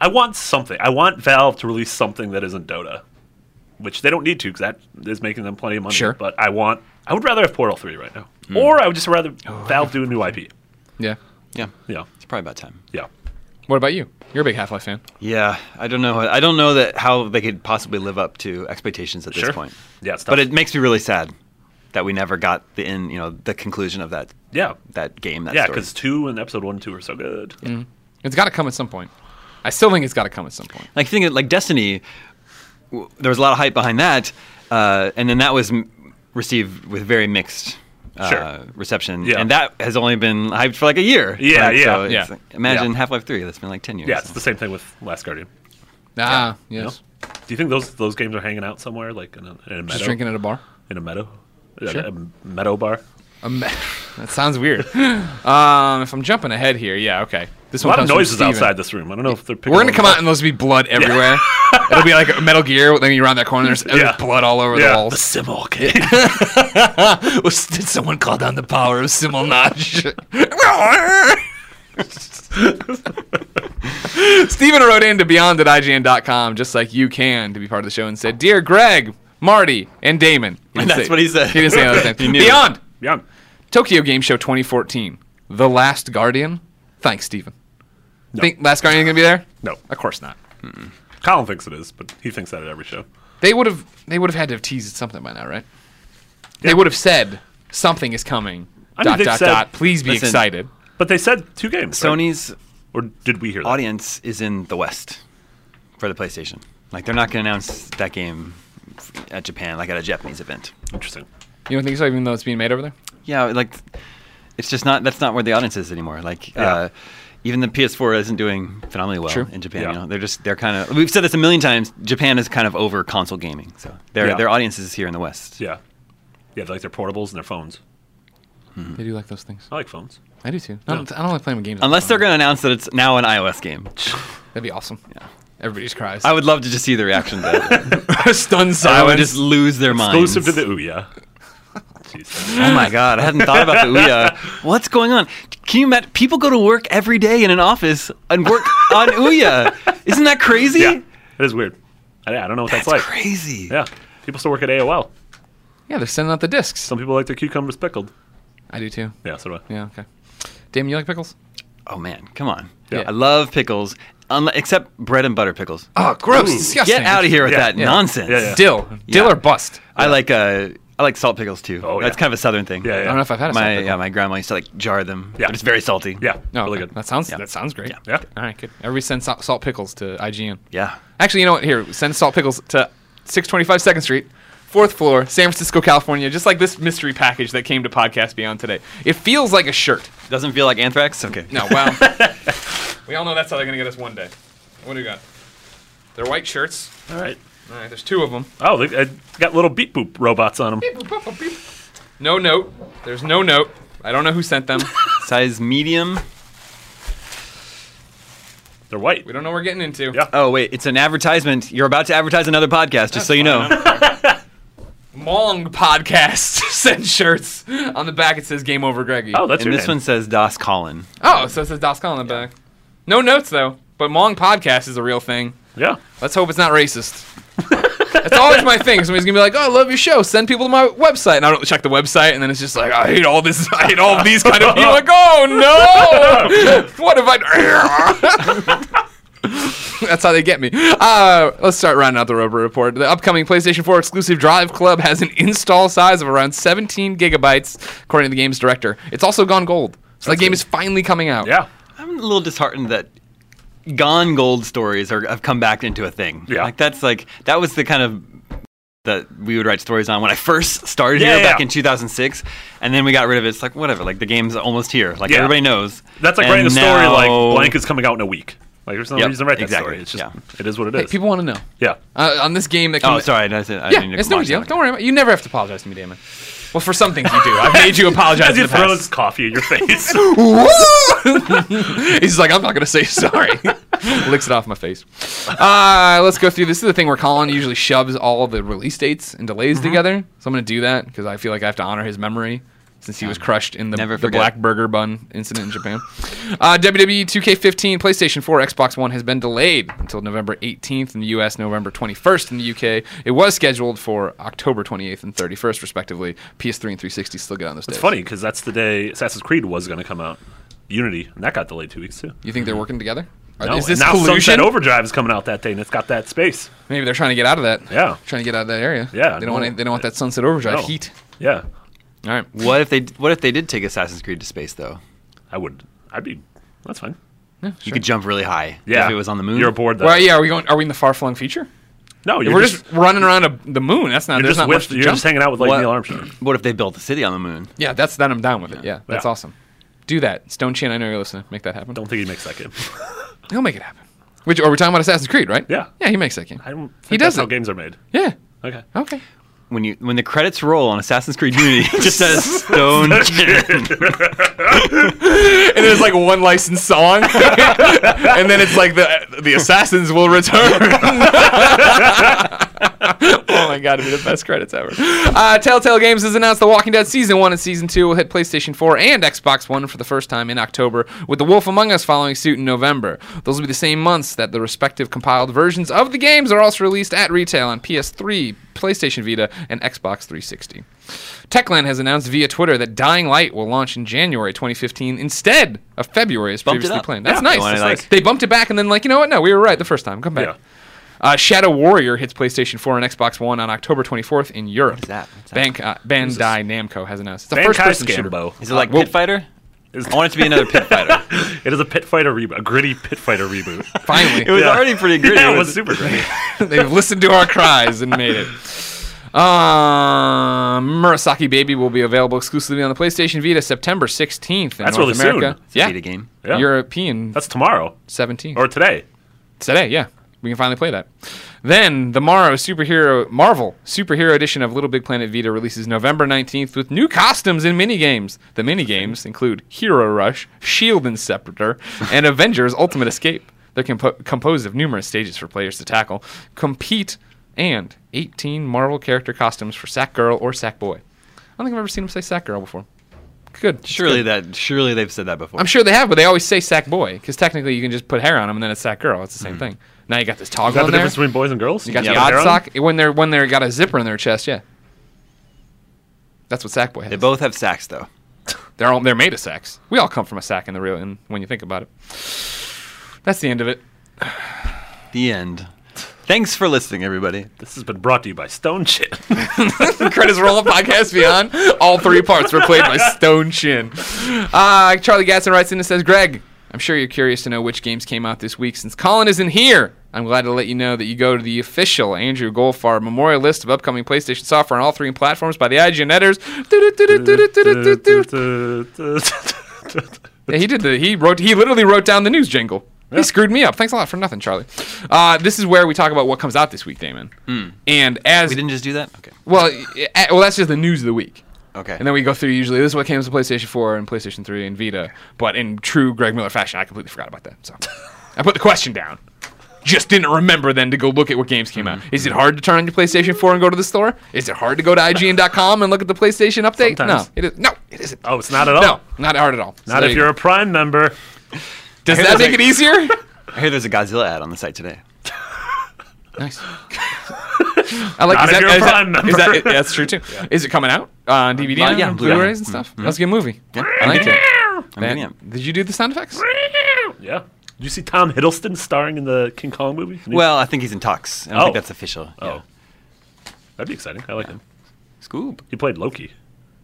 S3: I want something. I want Valve to release something that isn't Dota, which they don't need to because that is making them plenty of money.
S2: Sure. Hmm.
S3: But I want. I would rather have Portal Three right now, or I would just
S2: Oh,
S3: rather Valve do a new IP.
S2: Yeah.
S4: yeah,
S3: Yeah,
S4: it's probably about time.
S3: yeah.
S2: What about you? You're a big Half-Life fan.
S4: Yeah, I don't know. I don't know that how they could possibly live up to expectations at
S3: Sure.
S4: this point.
S3: Yeah, it's tough.
S4: but it makes me really sad that we never got the in you know the conclusion of that
S3: Yeah,
S4: that game. That
S3: yeah.
S4: story.
S3: Because two and episode one and two are so good.
S2: It's got to come at some point. I still think it's got to come at some point.
S4: like think of, like Destiny, w- there was a lot of hype behind that, uh, and then that was m- received with very mixed. Uh,
S3: Sure.
S4: reception
S3: Yeah.
S4: and that has only been hyped for like a year
S3: Yeah,
S4: Like,
S3: yeah,
S4: so it's
S2: yeah.
S4: like- imagine
S3: Yeah.
S4: half-life 3 that's been like 10 years
S3: Yeah, it's the same thing with Last Guardian.
S2: Ah,
S3: you
S2: yes.
S3: know? Do you think those those games are hanging out somewhere, like in a, in a meadow?
S2: Just drinking at a bar.
S3: in a meadow, At a, a meadow bar.
S2: A me- that sounds weird. um, if I'm jumping ahead here, yeah, okay. This
S3: A
S2: one
S3: lot of
S2: comes from
S3: noises
S2: Steven.
S3: outside this room. I don't know if they're. Picking
S2: We're gonna come
S3: up.
S2: out and there'll just be blood everywhere. It'll be like Metal Gear. Then you round that corner, there's, there's
S3: Yeah.
S2: blood all over the
S3: Yeah, the
S2: walls.
S3: Simmel game.
S2: Did someone call down the power of Simulnage? Stephen wrote in to beyond at IGN.com just like you can to be part of the show and said, Dear Greg, Marty, and Damon. He didn't
S4: That's what he said.
S2: He didn't say another thing.
S4: He knew.
S2: Beyond
S3: yeah.
S2: Tokyo Game Show 2014, The Last Guardian. Thanks, Stephen. Think Last Guardian gonna be there?
S3: No.
S2: Of course not.
S3: Colin thinks it is, but he thinks that at every show.
S2: They would have they would have had to have teased something by now, right? They would have said something is coming.
S3: I mean,
S2: dot
S3: they've
S2: dot
S3: said-
S2: dot. Please be
S4: Listen.
S2: excited.
S3: But they said two games. right?
S4: sony's
S3: Or did we hear that?
S4: audience is in the west for the playstation like they're not going to announce that game at japan like at a japanese event
S3: Interesting.
S2: You don't think so, even though it's being made over there?
S4: Yeah, like it's just not that's not where the audience is anymore. Like
S3: Yeah.
S4: uh, even the PS4 isn't doing phenomenally well
S2: True.
S4: in Japan.
S3: Yeah.
S4: You know, they're just they're kind of we've said this a million times. Japan is kind of over console gaming, so their
S3: Yeah.
S4: their audience is here in the West.
S3: Yeah. Yeah, they like their portables and their phones.
S2: They do like those things.
S3: I like phones.
S2: I do too. I don't, I don't like playing with games. on
S4: Unless
S2: the
S4: they're going to announce that it's now an iOS game,
S2: phone. that'd be awesome. Yeah, everybody just cries.
S4: I would love to just see the reaction. To it.
S2: stunned
S4: I would just lose their minds.
S3: Exclusive to the Ouya. Jeez.
S4: Oh my god, I hadn't thought about the Ouya. What's going on? Can you imagine? People go to work every day in an office and work on Ouya. Isn't that crazy?
S3: Yeah, it is weird. I, I don't know what that's,
S4: That's
S3: like.
S4: crazy.
S3: Yeah, people still work at AOL.
S2: yeah, they're sending out the discs.
S3: Some people like their cucumbers pickled.
S2: I do too.
S3: Yeah, so do I.
S2: Yeah, okay. Damn, you like pickles?
S4: Oh man, come on!
S2: Yeah.
S4: I love pickles, unle- except bread and butter pickles.
S2: Oh, gross!
S3: Ooh.
S2: Disgusting.
S4: Get out of here with
S3: Yeah.
S4: that
S2: Yeah.
S4: nonsense!
S3: Yeah, yeah.
S2: Dill, dill
S4: Yeah.
S2: or bust.
S4: I like uh, I like salt pickles too.
S3: Oh, yeah.
S4: That's kind of a southern thing.
S3: Yeah,
S2: I
S3: yeah.
S2: don't know if I've had a
S4: My
S2: salt
S4: yeah,
S2: pickle.
S4: my grandma used to like jar them.
S3: Yeah.
S4: but it's very salty.
S3: Yeah,
S2: No,
S3: really
S2: okay.
S3: good.
S2: That sounds
S4: Yeah.
S2: that sounds great.
S3: Yeah.
S2: All right, good. Everybody send salt, salt pickles to IGN.
S4: yeah.
S2: Actually, you know what? Here, send salt pickles to 625 Second Street, fourth floor, San Francisco, California. Just like this mystery package that came to Podcast Beyond today. It feels like a shirt.
S4: Doesn't feel like anthrax. Okay.
S2: No, well, we all know that's how they're gonna get us one day. What do we got? They're white shirts.
S3: All right.
S2: All right, there's two of them.
S3: Oh, they I got little beep boop robots on them.
S2: No note. There's no note. I don't know who sent them.
S4: Size medium.
S3: They're white.
S2: We don't know what we're getting into.
S3: Yeah.
S4: Oh wait, it's an advertisement. You're about to advertise another podcast, just so you know.
S2: Mong podcast sent shirts. On the back it says "Game Over, Greggy."
S3: Oh, that's
S4: and
S3: your
S4: this
S3: name.
S4: one says Das Colin.
S2: Oh, so it says Dos Colin on the back. No notes though, but Mong Podcast is a real thing.
S3: Yeah.
S2: Let's hope it's not racist. That's always my thing. Somebody's gonna be like, "Oh, I love your show. Send people to my website," and I don't check the website, and then it's just like, "I hate all this. I hate all these kind of people." Like, oh no, what have I? That's how they get me. Uh, let's start rounding out the Rover Report. The upcoming PlayStation 4 exclusive Drive Club has an install size of around 17 gigabytes, according to the game's director. It's also gone gold, so the game is finally coming out.
S3: Yeah.
S4: I'm a little disheartened that gone gold stories are, have come back into a thing.
S3: Yeah.
S4: Like that's like that was the kind of that we would write stories on when I first started
S3: Yeah,
S4: here
S3: yeah,
S4: back
S3: yeah.
S4: in 2006, and then we got rid of it. It's like whatever, like the game's almost here. Like
S3: Yeah.
S4: everybody knows.
S3: That's like
S4: And
S3: writing a story like
S4: now-
S3: blank is coming out in a week. Like there's no
S4: Yep,
S3: reason to write that
S4: exactly,
S3: story. It's just
S4: yeah.
S3: it is what it
S2: Hey,
S3: is.
S2: people want to know
S3: yeah.
S2: uh, on this game that.
S4: Oh,
S2: came-
S4: sorry, I said I
S2: Yeah,
S4: didn't
S2: it's no big
S4: watch
S2: deal.
S4: that.
S2: Don't worry about it. You never have to apologize to me, Damon. Well, for some things you do. I've made you apologize
S3: As
S2: in
S3: he
S2: the past.
S3: throws coffee in your face.
S2: He's like, I'm not going to say sorry. Licks it off my face. Uh, let's go through. This is the thing where Colin usually shoves all the release dates and delays
S4: Mm-hmm.
S2: together. So I'm going to do that because I feel like I have to honor his memory since he was crushed in the,
S4: Never
S2: the
S4: forget.
S2: Black Burger Bun incident in Japan. Uh, WWE 2K15, PlayStation 4, Xbox One has been delayed until November 18th in the US, November 21st in the UK. It was scheduled for October 28th and 31st, respectively. PS3 and 360 still get on those days.
S3: It's funny because that's the day Assassin's Creed was going to come out. Unity, and that got delayed two weeks too.
S2: You think they're working together? Are-
S3: Mm-hmm. No,
S2: is this
S3: and now
S2: collusion?
S3: Sunset Overdrive is coming out that day, and it's got that space.
S2: Maybe they're trying to get out of that.
S3: Yeah.
S2: Trying to get out of that area.
S3: Yeah,
S2: They don't want
S3: no.
S2: want they don't want that sunset overdrive
S3: No.
S2: heat.
S3: Yeah,
S2: All right.
S4: What if they What if they did take Assassin's Creed to space though?
S3: I would. I'd be. That's fine.
S4: You could jump really high.
S3: Yeah,
S4: If it was on the moon.
S3: You're aboard. Though.
S2: Well, yeah, are we going are we in the far flung future?
S3: No,
S2: If
S3: you're
S2: we're
S3: just,
S2: just, running around a, the moon. That's not
S3: you're
S2: there's
S3: just
S2: not
S3: with,
S2: much to
S3: you're
S2: jump.
S3: just hanging out with like
S4: What-
S3: Neil Armstrong.
S4: What if they built a city on the moon?
S2: yeah, that's that I'm down with it. Yeah. That's
S3: Yeah.
S2: awesome. Do that. Stone Chin, I know you're listening. Make that happen.
S3: Don't think he makes that game.
S2: He'll make it happen. Which are we talking about Assassin's Creed, right?
S3: Yeah.
S2: Yeah, he makes that game.
S3: I don't. Think
S2: He
S3: that's
S2: doesn't.
S3: How games are made.
S2: Yeah.
S3: Okay.
S2: Okay.
S4: When you when the credits roll on Assassin's Creed Unity, it just says Stone.
S2: And there's like one licensed song. and then it's like the the assassins will return. oh my god, it'd be the best credits ever. Uh, Telltale Games has announced The Walking Dead Season 1 and Season 2 will hit PlayStation 4 and Xbox One for the first time in October, with The Wolf Among Us following suit in November. Those will be the same months that the respective compiled versions of the games are also released at retail on PS3, PlayStation Vita, and Xbox 360. Techland has announced via Twitter that Dying Light will launch in January 2015 instead of February as
S4: Bumped it
S2: previously
S4: up.
S2: planned. That's
S4: Yeah.
S2: nice.
S4: They wanted,
S2: That's
S4: like-
S2: nice. They bumped it back and then like, you know what? No, we were right the first time. Come back.
S3: Yeah.
S2: Uh, Shadow Warrior hits PlayStation 4 and Xbox One on October 24th in Europe. What is
S4: that? What's that?
S2: Bank, uh, Bandai Namco has announced. It's a
S3: Bankai
S2: first-person shooter.
S3: Scambo.
S4: Is it like
S2: Uh, well-
S4: Pit Fighter?
S3: Is-
S4: I want it to be another Pit Fighter.
S3: It is a pit fighter reboot, a gritty pit fighter reboot.
S2: Finally,
S4: It was
S3: Yeah.
S4: already pretty gritty.
S3: yeah, it
S4: It
S3: was super gritty.
S2: They've listened to our cries and made it. Um, Murasaki Baby will be available exclusively on the PlayStation Vita September 16th in
S3: That's
S2: North
S3: really soon.
S2: America.
S3: It's
S4: a
S2: Yeah.
S4: Vita game.
S3: Yeah.
S2: European
S3: That's tomorrow
S2: 17.
S3: or today.
S2: today. Yeah, we can finally play that. Then the Morrow superhero Marvel superhero edition of Little Big Planet Vita releases November 19th with new costumes and minigames. The minigames include Hero Rush, Shield Inceptor, and Avengers Ultimate Escape. They're compo- composed of numerous stages for players to tackle, compete, and 18 Marvel character costumes for Sack Girl or Sack Boy. I don't think I've ever seen them say Sack Girl before. Good.
S4: Surely that. Surely they've said that before.
S2: I'm sure they have, but they always say sack boy because technically you can just put hair on them and then it's sack girl. It's the same thing. Now you got this toggle
S3: Mm-hmm. Is that
S2: on
S3: the
S2: there.
S3: difference between boys and girls?
S2: you got
S4: Yeah.
S2: the odd
S3: hair on?
S2: sock when they're when they're got a zipper in their chest. Yeah, that's what sack boy has.
S4: They both have sacks though.
S2: They're all they're made of sacks. We all come from a sack in the real. And when you think about it, that's the end of it.
S4: The end. Thanks for listening, everybody.
S3: This has been brought to you by Stone Chip.
S2: the credits roll up podcast beyond all three parts were played by stone chin uh, charlie gatson writes in and says greg i'm sure you're curious to know which games came out this week since colin isn't here i'm glad to let you know that you go to the official andrew goldfarb memorial list of upcoming playstation software on all three platforms by the ign editors yeah, he did the he wrote he literally wrote down the news jingle he screwed me up thanks a lot for nothing charlie uh, this is where we talk about what comes out this week damon and as
S4: Hmm. We didn't just do that. Okay.
S2: well, y- eh, well, that's just the news of the week.
S4: Okay.
S2: And then we go through usually this is what came to PlayStation 4 and PlayStation 3 and Vita. But in true Greg Miller fashion, I completely forgot about that. So I put the question down. Just didn't remember then to go look at what games came out. Is it
S3: Mm-hmm.
S2: hard to turn on your PlayStation 4 and go to the store? Is it hard to go to IGN.com and look at the PlayStation update?
S3: Sometimes.
S2: No, it is. No, it isn't.
S3: Oh, it's not at all.
S2: No, not hard at all. So
S3: Not
S2: there
S3: if
S2: you
S3: you're
S2: go.
S3: a Prime member.
S2: Does
S4: I hear
S2: that
S4: there's
S2: make it easier?
S4: I hear there's a Godzilla ad on the site today.
S2: nice. I like
S3: Not
S2: is that-
S3: if you're a
S2: is that-
S3: Prime
S2: is that-
S3: member.
S2: that's true too. Is it coming out on DVD?
S4: Uh,
S2: now,
S4: yeah,
S2: on
S4: Blu-ray.
S2: Blu-rays and stuff.
S3: Mm-hmm.
S2: That's a good movie. I like it.
S4: I'm
S2: That-
S4: getting it.
S2: did you do the sound effects?
S3: Yeah. Did you see Tom Hiddleston starring in the King Kong movie?
S4: Well, I think he's in talks. I don't
S3: Oh.
S4: think that's official.
S3: oh,
S4: Yeah.
S3: that'd be exciting. I like him.
S4: Scoop.
S3: He played Loki.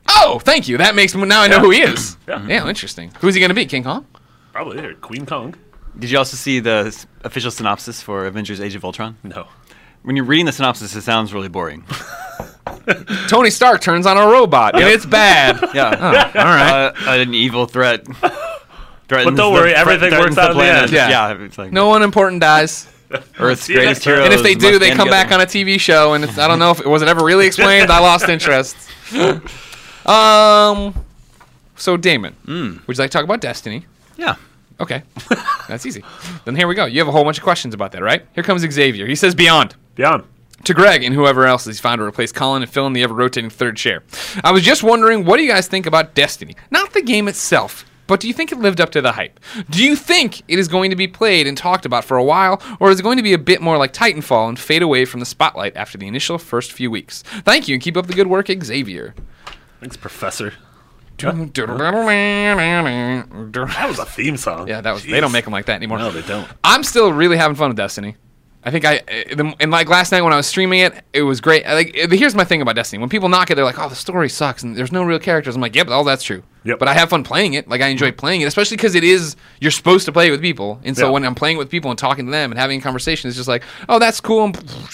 S2: Oh, thank you. That makes now I know
S3: Yeah.
S2: who he is.
S3: Yeah.
S2: yeah, interesting. Who's he gonna be? King Kong?
S3: Probably or Queen Kong.
S4: Did you also see the s- official synopsis for Avengers: Age of Ultron?
S3: No.
S4: When you're reading the synopsis, it sounds really boring.
S2: Tony Stark turns on a robot, and it's bad.
S4: Yeah.
S2: Oh, all right.
S4: uh, an evil threat. Threatens
S3: don't worry,
S4: the,
S3: everything
S4: threatens
S3: works out in the
S4: planet.
S3: end.
S2: Yeah.
S4: Yeah. it's like
S2: No one important dies.
S4: Earth's
S3: See you
S4: greatest
S3: next year.
S4: hero.
S2: And if they do, they come back on a TV show, and it's, I don't know if was it ever really explained. I lost interest. Um, so Damon, would you like to talk about Destiny?
S4: Yeah.
S2: Okay, that's easy. Then here we go. You have a whole bunch of questions about that, right? Here comes Xavier. He says Beyond.
S3: Beyond.
S2: To Greg and whoever else he's found to replace Colin and fill in the ever rotating third chair. I was just wondering, what do you guys think about Destiny? Not the game itself, but do you think it lived up to the hype? Do you think it is going to be played and talked about for a while, or is it going to be a bit more like Titanfall and fade away from the spotlight after the initial first few weeks? Thank you and keep up the good work, Xavier.
S3: Thanks, Professor.
S2: Yeah,
S3: That was a theme song.
S2: that was. They don't
S3: Jeez.
S2: make them like that anymore.
S3: No, they don't.
S2: I'm still really having fun with Destiny. I think I uh, the- and like last night when I was streaming it, it was great. I Like uh, here's my thing about Destiny: when people knock it, they're like, "Oh, the story sucks and there's no real characters." I'm like, "Yep, all that's true."
S3: Yep.
S2: But I have fun playing it. Like I enjoy playing it, especially because it is you're supposed to play it with people. And so
S3: Yeah.
S2: when I'm playing with people and talking to them and having a conversation, it's just like, "Oh, that's cool." And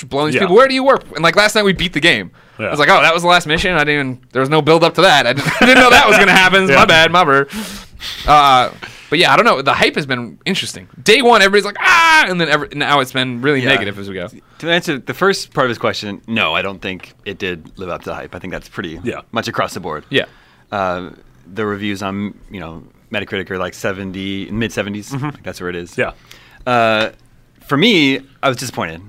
S2: blowing these
S3: Yeah.
S2: people. Where do you work? And like last night, we beat the game. I
S3: Yeah.
S2: was like, "Oh, that was the last mission." I didn't. Even, there was no build up to that. I didn't, I didn't know that was gonna happen.
S3: Yeah.
S2: My bad. My bad. Uh, but yeah, I don't know. The hype has been interesting. Day one, everybody's like ah, and then every, now it's been really negative as we go.
S4: To answer the first part of his question, no, I don't think it did live up to the hype. I think that's pretty
S3: Yeah.
S4: much across the board.
S2: Yeah,
S4: Uh, the reviews on you know Metacritic are like 70, mid 70s. Like, that's where it is.
S3: Mm-hmm. Yeah.
S4: Uh, for me, I was disappointed.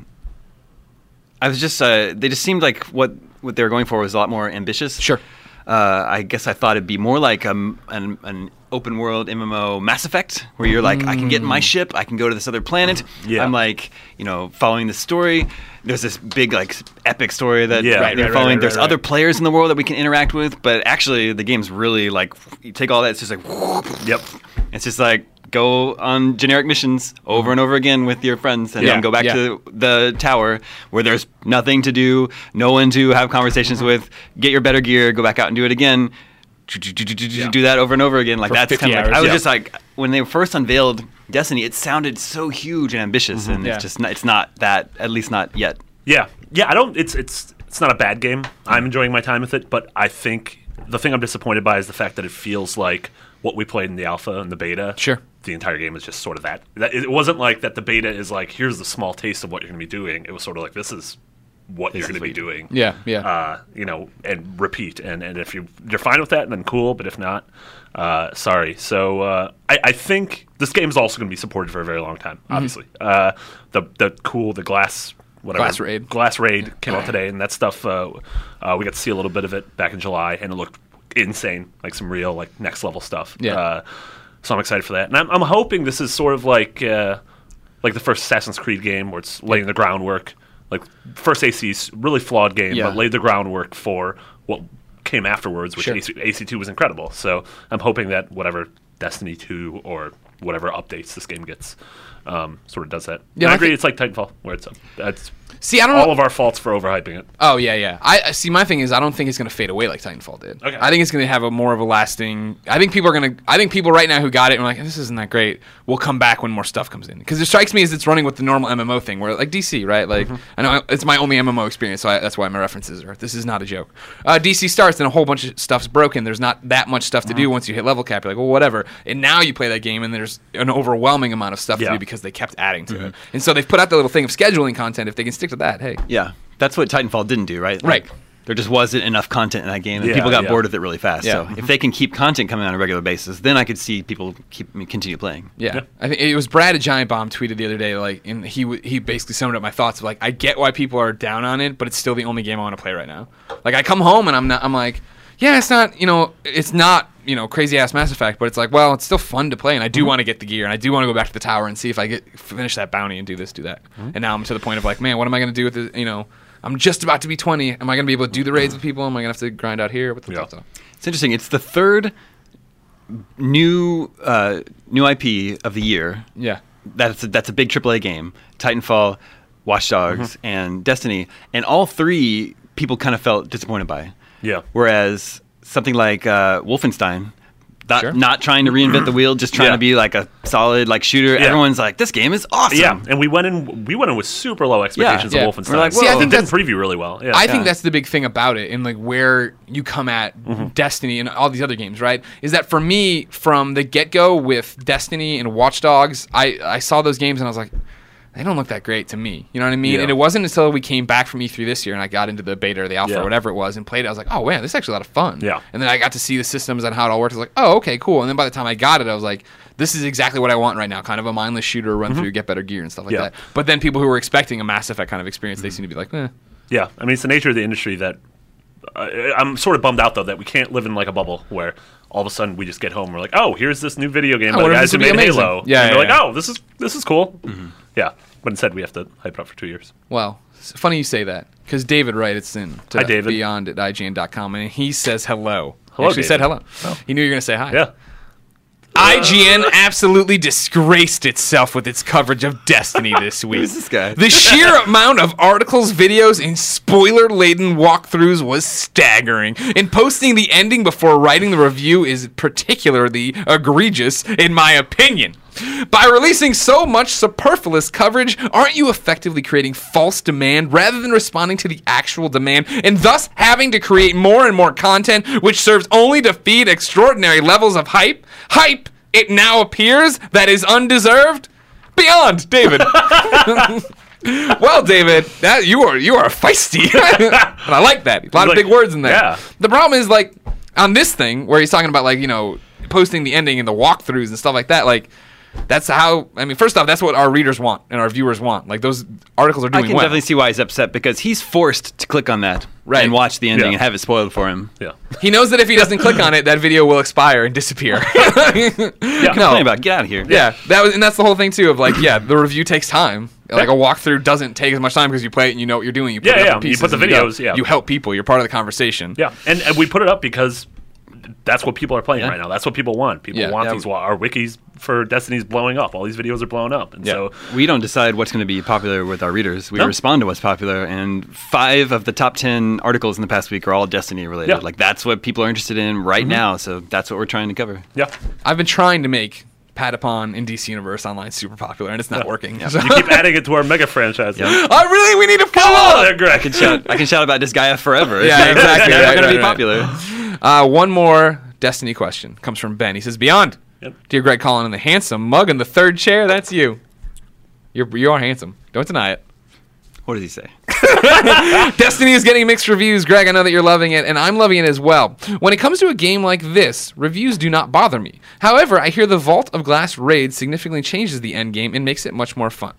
S4: I was just uh, they just seemed like what what they were going for was a lot more ambitious.
S2: Sure.
S4: Uh, I guess I thought it'd be more like um, an, an open world MMO Mass Effect, where you're like, I can get in my ship, I can go to this other planet.
S3: Yeah.
S4: I'm like, you know, following the story. There's this big like s- epic story that
S3: Yeah. Right,
S4: they're
S3: right,
S4: following.
S3: right, right,
S4: There's
S3: right.
S4: other players in the world that we can interact with, but actually the game's really like you take all that. It's just like
S3: Yep.
S4: it's just like go on generic missions over and over again with your friends and
S2: Yeah,
S4: then go back
S2: yeah.
S4: to the tower where there's nothing to do, no one to have conversations with, get your better gear, go back out and do it again. Do that over and over again. Like that's
S2: 50
S4: kind of like I
S2: hours,
S4: was
S2: yeah.
S4: just like when they first unveiled Destiny, it sounded so huge and ambitious, and
S2: Mm-hmm. Yeah.
S4: it's just not, it's not that at least not yet.
S3: Yeah. Yeah. I don't. It's it's it's not a bad game. I'm enjoying my time with it, but I think the thing I'm disappointed by is the fact that it feels like what we played in the alpha and the beta.
S2: Sure.
S3: The entire game is just sort of that. that it wasn't like that. The beta is like here's the small taste of what you're going to be doing. It was sort of like this is what you're going to be doing.
S2: yeah, yeah.
S3: uh, you know, and repeat. And, and if you, you're fine with that, then cool. But if not, uh, sorry. So uh, I, I think this game's also going to be supported for a very long time.
S2: Mm-hmm.
S3: Obviously, uh, the the cool the glass whatever
S2: Glass Raid.
S3: glass raid came out today, and that stuff uh, uh, we got to see a little bit of it back in July, and it looked insane, like some real like next level stuff.
S2: Yeah.
S3: Uh, so I'm excited for that, and I'm, I'm hoping this is sort of like. Uh, like the first Assassin's Creed game where it's laying the groundwork. Like first AC's really flawed game,
S2: Yeah.
S3: but laid the groundwork for what came afterwards, which
S2: Sure.
S3: AC, AC2 was incredible. So I'm hoping that whatever Destiny 2 or whatever updates this game gets um, sort of does that.
S2: Yeah,
S3: Yeah, I
S2: I think-
S3: agree. it's like Titanfall, where it's that's
S2: see, I don't
S3: all
S2: know.
S3: of our faults for overhyping it.
S2: oh yeah, yeah. I I- see. My thing is, I don't think it's gonna fade away like Titanfall did.
S3: Okay.
S2: I think it's gonna have a more of a lasting. I think people are gonna. I think people right now who got it and were like, this isn't that great. Will come back when more stuff comes in because it strikes me as it's running with the normal MMO thing where like DC, right? Like
S3: Mm-hmm.
S2: I know I- it's my only MMO experience, so I, that's why my references are. This is not a joke. Uh, DC starts and a whole bunch of stuff's broken. There's not that much stuff to do
S3: Mm-hmm.
S2: once you hit level cap. You're like, well, whatever. And now you play that game and there's an overwhelming amount of stuff
S3: Yeah. Mm-hmm.
S2: to do because they kept adding to it. And so they've put out the little thing of scheduling content. If they can stick to that, hey,
S4: Yeah, that's what Titanfall didn't do, right?
S2: Right.
S4: There just wasn't enough content in that game, and
S3: Yeah,
S4: people got
S3: yeah.
S4: bored with it really fast.
S2: Yeah.
S4: So if they can keep content coming on a regular basis, then I could see people keep I mean, continue playing.
S2: Yeah.
S3: Yeah.
S2: I think it was Brad at Giant Bomb tweeted the other day, like, and he w- he basically summed up my thoughts of like, I get why people are down on it, but it's still the only game I want to play right now. Like, I come home and I'm not, I'm like, yeah, it's not, you know, it's not, you know, crazy ass Mass Effect, but it's like, well, it's still fun to play, and I
S3: Mm-hmm.
S2: do want to get the gear, and I do want to go back to the
S3: Mm-hmm.
S2: tower and see if I get finish that bounty and do this, do that. And now I'm to the point of like, man, what am I going to do with this, you know? I'm just about to be 20. Am I going to be able to do the raids with people? Am I going to have to grind out here? What the
S3: Mm-hmm. Yeah.
S2: thoughts are?
S4: It's interesting. It's the third new uh, new IP of the year.
S2: Yeah.
S4: That's a, that's a big AAA game. Titanfall, Watch Dogs,
S3: Mm-hmm.
S4: and Destiny, and all three people kind of felt disappointed by.
S3: Yeah.
S4: Whereas something like uh, Wolfenstein, not,
S2: Sure.
S4: not trying to reinvent the wheel, just trying
S3: Yeah.
S4: to be like a solid like shooter.
S3: Yeah.
S4: Everyone's like, this game is awesome.
S3: Yeah, and we went in. We went in with super low expectations
S2: yeah.
S3: of Wolfenstein.
S4: We're like,
S2: See, I
S3: It
S2: think
S3: didn't
S2: that's-
S3: preview really well. Yeah,
S2: I
S4: Yeah.
S2: think that's the big thing about it, and like where you come at
S3: Mm-hmm.
S2: Destiny and all these other games, right? Is that for me, from the get go with Destiny and Watch Dogs, I I saw those games and I was like, they don't look that great to me. You know what I mean?
S3: Yeah.
S2: And it wasn't until we came back from E3 this year and I got into the beta or the alpha
S3: Yeah.
S2: or whatever it was and played it, I was like, oh man, this is actually a lot of fun.
S3: Yeah.
S2: And then I got to see the systems and how it all works. I was like, oh okay, cool. And then by the time I got it, I was like. This is exactly what I want right now, kind of a mindless shooter run through, get better gear and stuff like
S3: Mm-hmm. Yeah. Mm-hmm.
S2: that. But then people who were expecting a Mass Effect kind of experience, they seem to be like, eh.
S3: Yeah, I mean it's the nature of the industry that I I'm sort of bummed out though that we can't live in like a bubble where all of a sudden we just get home and we're like, oh, here's this new video game
S2: Oh,
S3: by
S2: what
S3: the
S2: if
S3: guys
S2: this
S3: who
S2: would
S3: made
S2: be amazing?
S3: Halo.
S2: Yeah,
S3: and
S2: yeah,
S3: they're
S2: yeah. Mm-hmm.
S3: like, oh, this is this is cool. Yeah, but instead we have to hype it up for two years.
S2: Well, it's funny you say that because David Wright, it's in to
S3: Hi, David.
S2: Beyond at IGN.com, and he says hello.
S3: Hello,
S2: Actually said hello.
S3: David. Oh.
S2: He knew you were going to say hi.
S3: Yeah,
S2: IGN absolutely disgraced itself with its coverage of Destiny this week.
S4: Who's this guy?
S2: The sheer amount of articles, videos, and spoiler laden walkthroughs was staggering. And posting the ending before writing the review is particularly egregious, in my opinion. By releasing so much superfluous coverage, aren't you effectively creating false demand rather than responding to the actual demand and thus having to create more and more content which serves only to feed extraordinary levels of hype? Hype, it now appears, that is undeserved? Beyond, David. well, David, that you are you are feisty, and I like that. A lot of
S3: Like,
S2: big words in there.
S3: yeah.
S2: The problem is like on this thing where he's talking about like you know posting the ending and the walkthroughs and stuff like that. Like that's how I mean. First off, that's what our readers want and our viewers want. Like those articles are
S4: I
S2: doing
S4: can
S2: well.
S4: definitely see why he's upset because he's forced to click on that
S2: Right.
S4: and watch the ending
S3: Yeah.
S4: and have it spoiled for him.
S3: yeah.
S2: he knows that if he doesn't click on it, that video will expire and disappear.
S4: Complain about it. get out of here.
S2: Yeah, that was, and that's the whole thing too. Of like, yeah, the review takes time. Like a walkthrough doesn't take as much time because you play it and you know what you're doing. You put
S3: Yeah,
S2: it up
S3: yeah,
S2: in
S3: you
S2: pieces
S3: put the
S2: and go.
S3: videos, yeah.
S2: you help people. You're part of the conversation.
S3: Yeah, and, and we put it up because that's what people are playing
S4: Yeah.
S3: right now. That's what people want. People
S2: Yeah.
S3: want
S2: Yeah.
S3: these. wa- Our wikis for Destiny's blowing up. All these videos are blowing up, and
S2: Yeah.
S3: so
S4: We don't decide what's going to be popular with our readers. We
S3: No.
S4: respond to what's popular, and five of the top ten articles in the past week are all Destiny related.
S3: Yeah.
S4: Like that's what people are interested in right now. So that's what we're trying to cover.
S3: yeah.
S2: I've been trying to make Patapon and DC Universe Online super popular, and it's not working. So-
S3: You keep adding it to our mega franchise.
S4: Yeah.
S2: I really, we need to follow.
S3: Oh, Greg.
S4: Shout- I can shout about this guy forever.
S2: Yeah, exactly.
S4: They're
S2: Right,
S4: going to
S2: right,
S4: be
S2: right.
S4: popular.
S2: Uh, one more Destiny question comes from Ben. He says, "Beyond,
S3: Yep.
S2: dear Greg Collin and the handsome mug in the third chair. That's you. You're you are handsome. Don't deny it."
S4: What does he say?
S2: Destiny is getting mixed reviews. Greg, I know that you're loving it, and I'm loving it as well. When it comes to a game like this, reviews do not bother me. However, I hear the Vault of Glass raid significantly changes the endgame and makes it much more fun.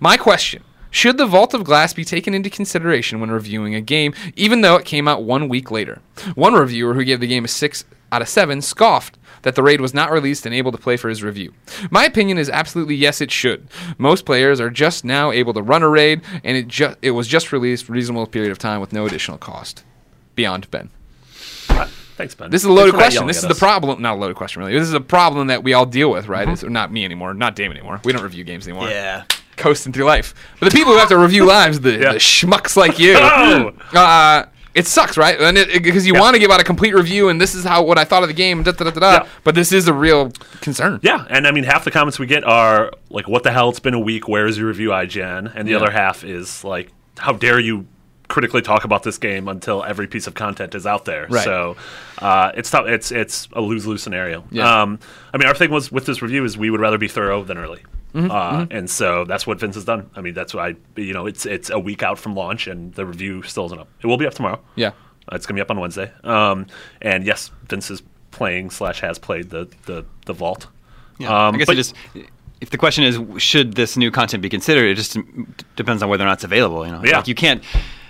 S2: My question should the Vault of Glass be taken into consideration when reviewing a game, even though it came out one week later? One reviewer who gave the game a 6 out of 7 scoffed that the raid was not released and able to play for his review. My opinion is absolutely yes, it should. Most players are just now able to run a raid, and it ju- it was just released reasonable period of time with no additional cost. Beyond Ben.
S3: Thanks, Ben.
S2: This is a loaded
S3: Thanks for not
S2: question.
S3: yelling
S2: This
S3: at
S2: is the
S3: us.
S2: problem. Not a loaded question, really. This is a problem that we all deal with, right? It's not me anymore. Not Damon anymore. We don't review games anymore.
S4: Yeah.
S2: Coasting through life. But the people who have to review lives, the,
S3: Yeah.
S2: the schmucks like you.
S3: Oh!
S2: Uh, it sucks, right? And because you want to give out a complete review, and this is how what I thought of the game, da da da da. da.
S3: Yeah.
S2: But this is a real concern.
S3: Yeah, and I mean, half the comments we get are like, "What the hell? It's been a week. Where is your review, IGN?" And the other half is like, "How dare you critically talk about this game until every piece of content is out there?"
S2: Right.
S3: So uh, it's tough. It's it's a lose lose scenario.
S2: Yeah.
S3: Um, I mean, our thing was with this review is we would rather be thorough than early.
S2: Mm-hmm,
S3: Uh, And so that's what Vince has done. I mean, that's why you know it's it's a week out from launch, and the review still isn't up. It will be up tomorrow.
S2: Yeah.
S3: Uh, It's gonna be up on Wednesday. Um, and yes, Vince is playing slash has played the the, the vault. Um,
S4: Yeah. I guess
S3: but-
S4: it just. If the question is, should this new content be considered? It just mm, d- depends on whether or not it's available. You know,
S3: Yeah.
S4: like you can't,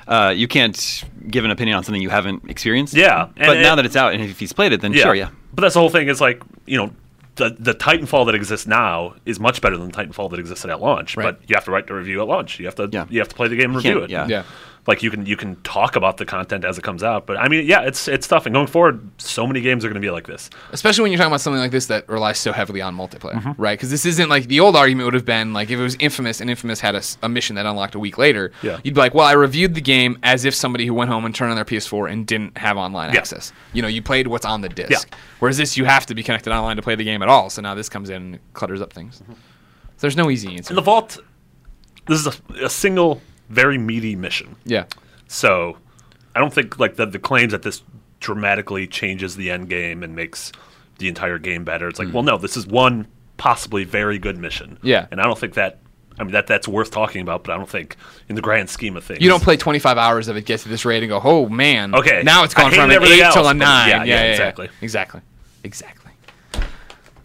S4: uh, you can't give an opinion on something you haven't experienced.
S3: Yeah, and
S4: but now
S3: it-
S4: that it's out, and if he's played it, then sure, yeah.
S3: But that's the whole thing. Is like you know, the the Titanfall that exists now is much better than the Titanfall that existed at launch.
S2: Right.
S3: But you have to write the review at launch. You have to
S4: Yeah.
S3: you have to play the game and
S4: can't-
S3: review it.
S4: yeah.
S2: Yeah.
S3: like you can you can talk about the content as it comes out. But I mean, yeah, it's it's tough. And going forward, so many games are going to be like this.
S2: Especially when you're talking about something like this that relies so heavily on multiplayer,
S3: Mm-hmm.
S2: right? Because this isn't like the old argument would have been like if it was Infamous and Infamous had a, s- a mission that unlocked a week later,
S3: Yeah.
S2: you'd be like, well, I reviewed the game as if somebody who went home and turned on their PS4 and didn't have online
S3: Yeah.
S2: access. You know, you played what's on the disc.
S3: Yeah.
S2: Whereas this, you have to be connected online to play the game at all. So now this comes in and it clutters up things. So there's no easy answer.
S3: In Mm-hmm. the vault, this is a, a single very meaty mission.
S2: yeah.
S3: So I don't think like the, the claims that this dramatically changes the end game and makes the entire game better. It's like, well, no, this is one possibly very good mission.
S2: Mm. Yeah.
S3: and I don't think that. I mean that that's worth talking about, but I don't think in the grand scheme of things,
S2: You don't play 25 hours of it, get to this rate, and go, oh man,
S3: Okay.
S2: now it's
S3: I
S2: gone from
S3: hated
S2: an
S3: everything
S2: eight till
S3: else,
S2: a
S3: but
S2: nine.
S3: yeah, yeah, exactly.
S2: exactly, exactly.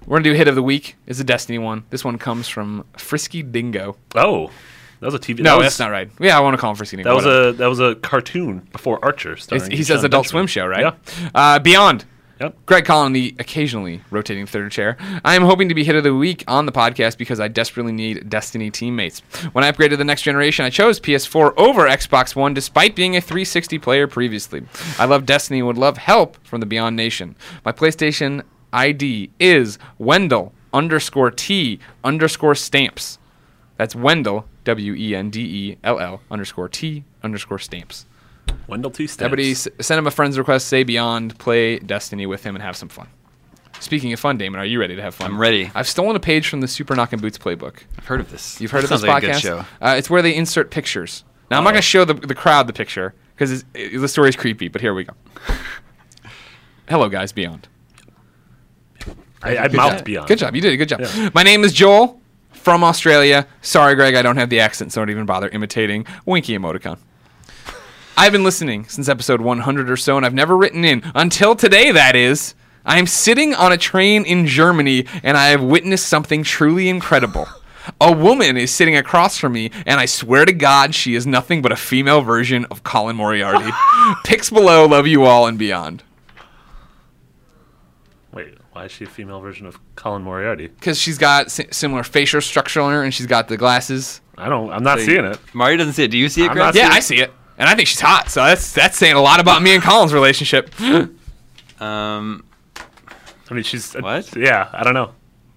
S2: We're gonna do hit of the week. It's a Destiny one. This one comes from Frisky Dingo.
S3: Oh, that was a TV. that
S2: No,
S3: was,
S2: that's not right. Yeah, I want to call him Frisky Dingo.
S3: That was
S2: whatever.
S3: a that was a cartoon before Archer.
S2: It's-
S3: starring
S2: he says
S3: Sean
S2: Adult Swim
S3: Benjamin.
S2: show, right? Uh, Beyond.
S3: Yeah. Yep.
S2: Greg Collin, the occasionally rotating third chair. I am hoping to be hit of the week on the podcast because I desperately need Destiny teammates. When I upgraded to the next generation, I chose PS4 over Xbox One despite being a 360 player previously. I love Destiny and would love help from the Beyond Nation. My PlayStation ID is Wendell underscore T underscore stamps. That's Wendell, W E N D E L L underscore T underscore stamps.
S3: Wendell T. Stamps.
S2: Everybody s- send him a friend's request, say beyond, play Destiny with him, and have some fun. Speaking of fun, Damon, are you ready to have fun?
S4: I'm ready.
S2: I've stolen a page from the Super Knock and Boots playbook.
S4: I've heard of this.
S2: You've heard
S4: This
S2: of this
S4: sounds like
S2: podcast?
S4: A good show. Oh.
S2: Uh, it's where they insert pictures. Now, I'm not going to show the, the crowd the picture because the story's creepy, but here we go. Hello, guys, beyond.
S3: I, I
S2: Good
S3: mouthed
S2: job.
S3: beyond.
S2: Good job. You did a good job.
S3: Yeah.
S2: My name is Joel from Australia. Sorry, Greg, I don't have the accent, so don't even bother imitating. Winky emoticon. I've been listening since episode 100 or so, and I've never written in until today, that is. I am sitting on a train in Germany, and I have witnessed something truly incredible. A woman is sitting across from me, and I swear to God, she is nothing but a female version of Colin Moriarty. Pics below, love you all and beyond.
S3: Wait, why is she a female version of Colin Moriarty?
S2: Because she's got si- similar facial structure on her, and she's got the glasses.
S3: I don't. I'm not seeing it.
S4: Mario doesn't see it. Do you see it,
S3: I'm
S4: Greg?
S3: not
S2: Yeah,
S3: See?
S2: I see it, and I think she's hot. So that's that's saying a lot about me and Colin's relationship.
S4: Um,
S3: I mean, she's uh,
S4: What?
S3: Yeah, I don't know.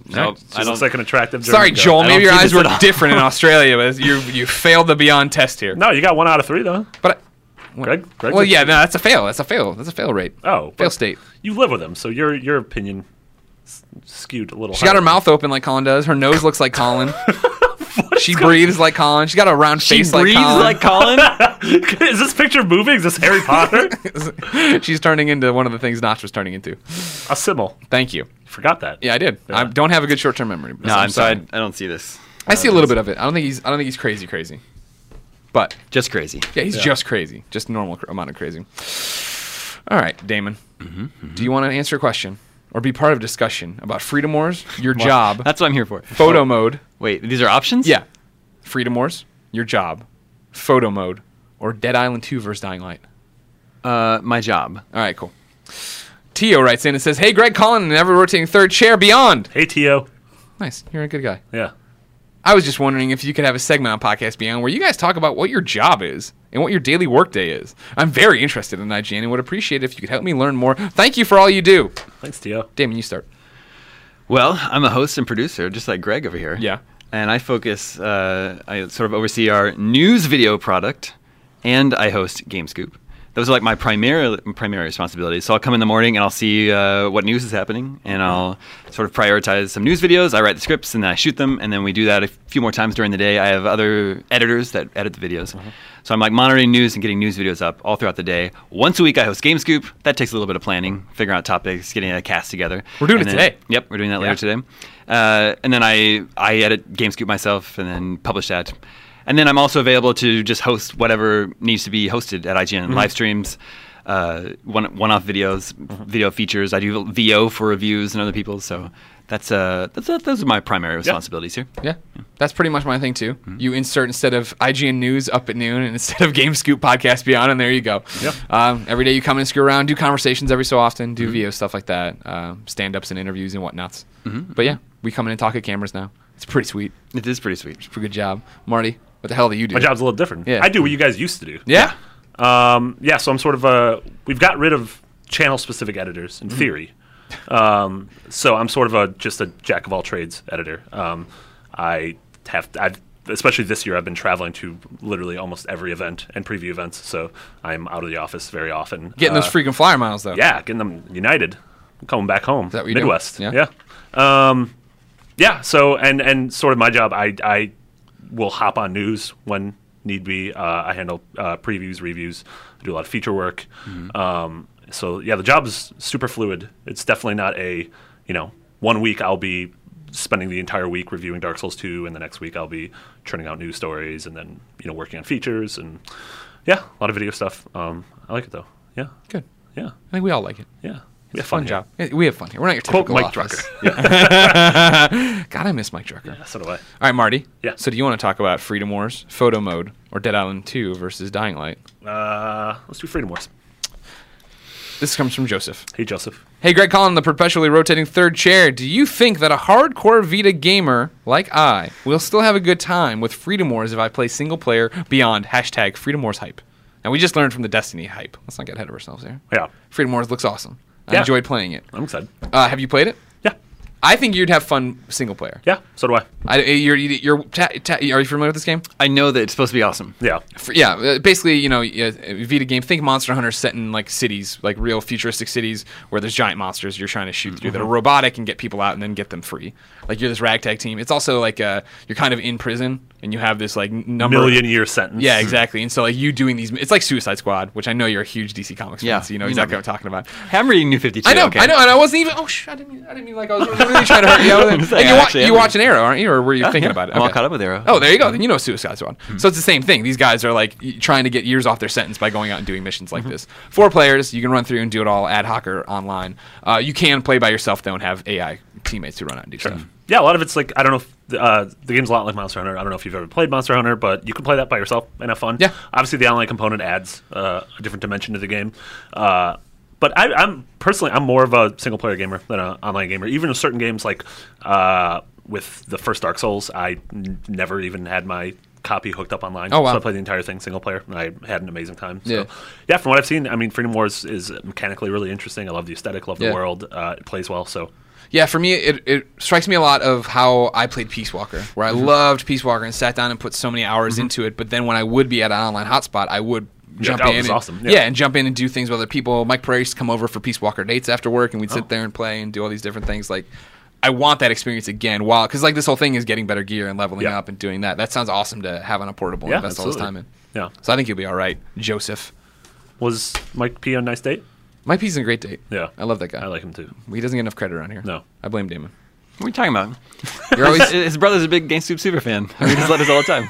S4: no,
S3: She
S4: I
S3: looks
S4: don't.
S3: like an attractive. German
S2: Sorry,
S3: girl.
S2: Joel.
S4: don't
S2: Maybe your
S4: see
S2: eyes
S4: this
S2: were
S4: at all.
S2: different in Australia, but you you failed the beyond test here.
S3: No, you got one out of three though.
S2: But
S3: Greg. Greg
S2: well,
S3: did-
S2: yeah, no, that's a fail. That's a fail. That's a fail rate.
S3: Oh,
S2: fail
S3: but
S2: state.
S3: You live with him, so your your opinion s- skewed a little.
S2: She got her
S3: higher.
S2: mouth open like Colin does. Her nose looks like Colin. she breathes like Colin. She's got a round
S4: she
S2: face
S4: breathes like Colin.
S3: is this picture moving? Is this Harry Potter?
S2: Colin. She's turning into one of the things Notch was turning into.
S3: a simile.
S2: Thank you.
S3: Forgot that.
S2: Yeah, I did. I
S3: Yeah.
S2: don't have a good short-term memory.
S4: no, I'm sorry. I I don't see this.
S2: I see a little bit of it. I don't think he's. I don't think he's crazy, crazy. But
S4: Just crazy.
S2: yeah, he's just crazy, just normal cr- amount of crazy. All right, Damon. Do you want to answer a question or be part of a discussion about Freedom Wars, your job,
S4: That's what I'm here for.
S2: photo mode?
S4: Wait, these are options?
S2: Yeah, Freedom Wars, your job, photo mode, or Dead Island Two versus Dying Light.
S4: Uh, my job.
S2: All right, cool. Tio writes in and says, "Hey, Greg Collin, an ever-rotating third chair beyond.
S3: Hey, Tio.
S2: Nice, you're a good guy.
S3: Yeah.
S2: I was just wondering if you could have a segment on Podcast Beyond where you guys talk about what your job is and what your daily workday is. I'm very interested in IGN and would appreciate it if you could help me learn more. Thank you for all you do.
S3: Thanks, Tio.
S2: Damon, you start.
S4: Well, I'm a host and producer, just like Greg over here.
S2: Yeah.
S4: And I focus, uh, I sort of oversee our news video product, and I host GameScoop. Those are like my primary primary responsibilities. So I'll come in the morning and I'll see uh, what news is happening, and I'll
S2: Mm-hmm.
S4: sort of prioritize some news videos. I write the scripts and then I shoot them, and then we do that a few more times during the day. I have other editors that edit the videos,
S2: Mm-hmm.
S4: so I'm like monitoring news and getting news videos up all throughout the day. Once a week, I host GameScoop. That takes a little bit of planning, figuring out topics, getting a cast together.
S2: We're doing
S4: And
S2: it
S4: then-
S2: today.
S4: Yep, we're doing that later
S2: Yeah.
S4: today. Uh, and then I I edit GameScoop myself and then publish that. And then I'm also available to just host whatever needs to be hosted at IGN
S2: Mm-hmm.
S4: live streams, uh, one one off videos,
S2: Mm-hmm.
S4: video features. I do VO for reviews and other people. So that's uh that's those are my primary responsibilities here.
S2: Yeah, that's pretty much my thing too. You insert instead of IGN News up at noon and instead of Game Scoop Podcast Beyond, and there you go.
S3: Yep.
S2: Um, every day you come and screw around, do conversations every so often, do VO stuff like that, uh, stand ups and interviews and whatnots. But yeah, we come in and talk at cameras now. It's pretty sweet.
S4: It is pretty sweet.
S2: Pretty good job, Marty. What the hell do you do?
S3: My job's a little different.
S2: Yeah.
S3: I do what you guys used to do.
S2: Yeah.
S3: Um, yeah, so I'm sort of a. We've got rid of channel specific editors
S2: Mm-hmm.
S3: in theory. Um, so I'm sort of a just a jack of all trades editor. Um, I have I've especially this year I've been traveling to literally almost every event and preview events. So I'm out of the office very often.
S2: Getting
S3: Uh,
S2: those freaking flyer miles though.
S3: yeah, getting them united, coming back home.
S2: that what you do?
S3: Midwest.
S2: Yeah.
S3: yeah. Um, yeah. So and and sort of my job, I I will hop on news when need be. Uh, I handle uh, previews, reviews. I do a lot of feature work.
S2: Mm-hmm.
S3: Um, so yeah, the job is super fluid. It's definitely not a you know one week I'll be spending the entire week reviewing Dark Souls 2 and the next week I'll be churning out news stories and then you know working on features and yeah, a lot of video stuff. Um, I like it though. Yeah.
S2: Good.
S3: Yeah.
S2: I think we all like it.
S3: Yeah. We have
S2: Fun,
S3: here.
S2: job. Yeah, We have fun here. We're not your
S3: Quote
S2: typical
S3: Mike
S2: office.
S3: Drucker.
S2: God, I miss Mike Drucker.
S3: So do I.
S2: All right, Marty.
S3: Yeah.
S2: So do you want to talk about Freedom Wars, Photo Mode, or Dead Island 2 versus Dying Light?
S3: Uh, let's do Freedom Wars.
S2: This comes from Joseph.
S3: Hey, Joseph.
S2: Hey, Greg Collin, the perpetually rotating third chair. Do you think that a hardcore Vita gamer like I will still have a good time with Freedom Wars if I play single player beyond hashtag Freedom Wars hype? And we just learned from the Destiny hype. Let's not get ahead of ourselves here.
S3: Yeah,
S2: Freedom Wars looks awesome. I
S3: Yeah.
S2: enjoyed playing it.
S3: I'm excited.
S2: Uh, have you played it?
S3: Yeah,
S2: I think you'd have fun single player.
S3: yeah. So do I.
S2: I, eh, you're, you're, ta- ta- are you familiar with this game?
S4: I know that it's supposed to be awesome.
S3: Yeah,
S2: For, yeah, uh, basically, you know, yeah, uh, Vita game. Think Monster Hunter set in like cities, like real futuristic cities where there's giant monsters you're trying to shoot through that are robotic and get people out and then get them free. Like you're this ragtag team. It's also like uh, you're kind of in prison and you have this like n- number
S3: million year sentence.
S2: Yeah, exactly. And so like you doing these, it's like Suicide Squad, which I know you're a huge DC Comics
S4: Yeah,
S2: fan, so you know
S4: you know
S2: exactly
S4: me.
S2: what I'm talking about.
S4: I'm reading New 52.
S2: I know,
S4: okay.
S2: I know, and I wasn't even. Oh, sh- I didn't mean. I didn't mean like I was really trying to hurt you. I wasn't-
S4: It's like,
S2: and you,
S4: I
S2: wa-
S4: actually
S2: you
S4: am.
S2: watch an Arrow, aren't you? Or were you thinking
S4: yeah.
S2: about it?
S4: I'm all caught up with Hmm. Arrow.
S2: Oh, there you go. Then you know Suicide Squad. So it's the same thing. These guys are like y- trying to get years off their sentence by going out and doing missions
S4: Mm-hmm.
S2: like this. Four players. You can run through and do it all ad hoc or online. Uh, you can play by yourself though and have AI teammates who run out and do stuff.
S3: yeah. A lot of it's like I don't know. If the, uh, the game's a lot like Monster Hunter. I don't know if you've ever played Monster Hunter, but you can play that by yourself and have fun.
S2: Yeah.
S3: Obviously, the online component adds uh, a different dimension to the game. Uh, but I, I'm personally, I'm more of a single player gamer than an online gamer. Even in certain games, like uh, with the first Dark Souls, I n- never even had my copy hooked up online.
S2: Oh, wow.
S3: So I played the entire thing single player, and I had an amazing time. So,
S2: Yeah.
S3: yeah. from what I've seen, I mean, Freedom Wars is mechanically really interesting. I love the aesthetic, love
S2: Yeah.
S3: the world. Uh, it plays well, so
S2: Yeah, for me, it, it strikes me a lot of how I played Peace Walker, where
S3: Mm-hmm.
S2: I loved Peace Walker and sat down and put so many hours into it. But then when I would be at an online hotspot, I would jump
S3: that
S2: in.
S3: was
S2: and,
S3: awesome, yeah.
S2: and jump in and do things with other people. Mike Prairie used to come over for Peace Walker dates after work, and we'd
S3: Oh.
S2: sit there and play and do all these different things. Like, I want that experience again. While because like this whole thing is getting better gear and leveling
S3: Yeah.
S2: up and doing that. That sounds awesome to have on a portable.
S3: yeah,
S2: and invest all this time
S3: absolutely.
S2: in.
S3: Yeah,
S2: So I think you'll be all right, Joseph.
S3: was Mike P on Nice Date?
S2: Mike P's a great date.
S3: Yeah.
S2: I love that guy.
S3: I like him too.
S2: He doesn't get enough credit around here.
S3: No.
S2: I blame Damon.
S4: What are you talking about?
S2: You're always
S4: His brother's a big Gang Soup super fan. He just let us all the time.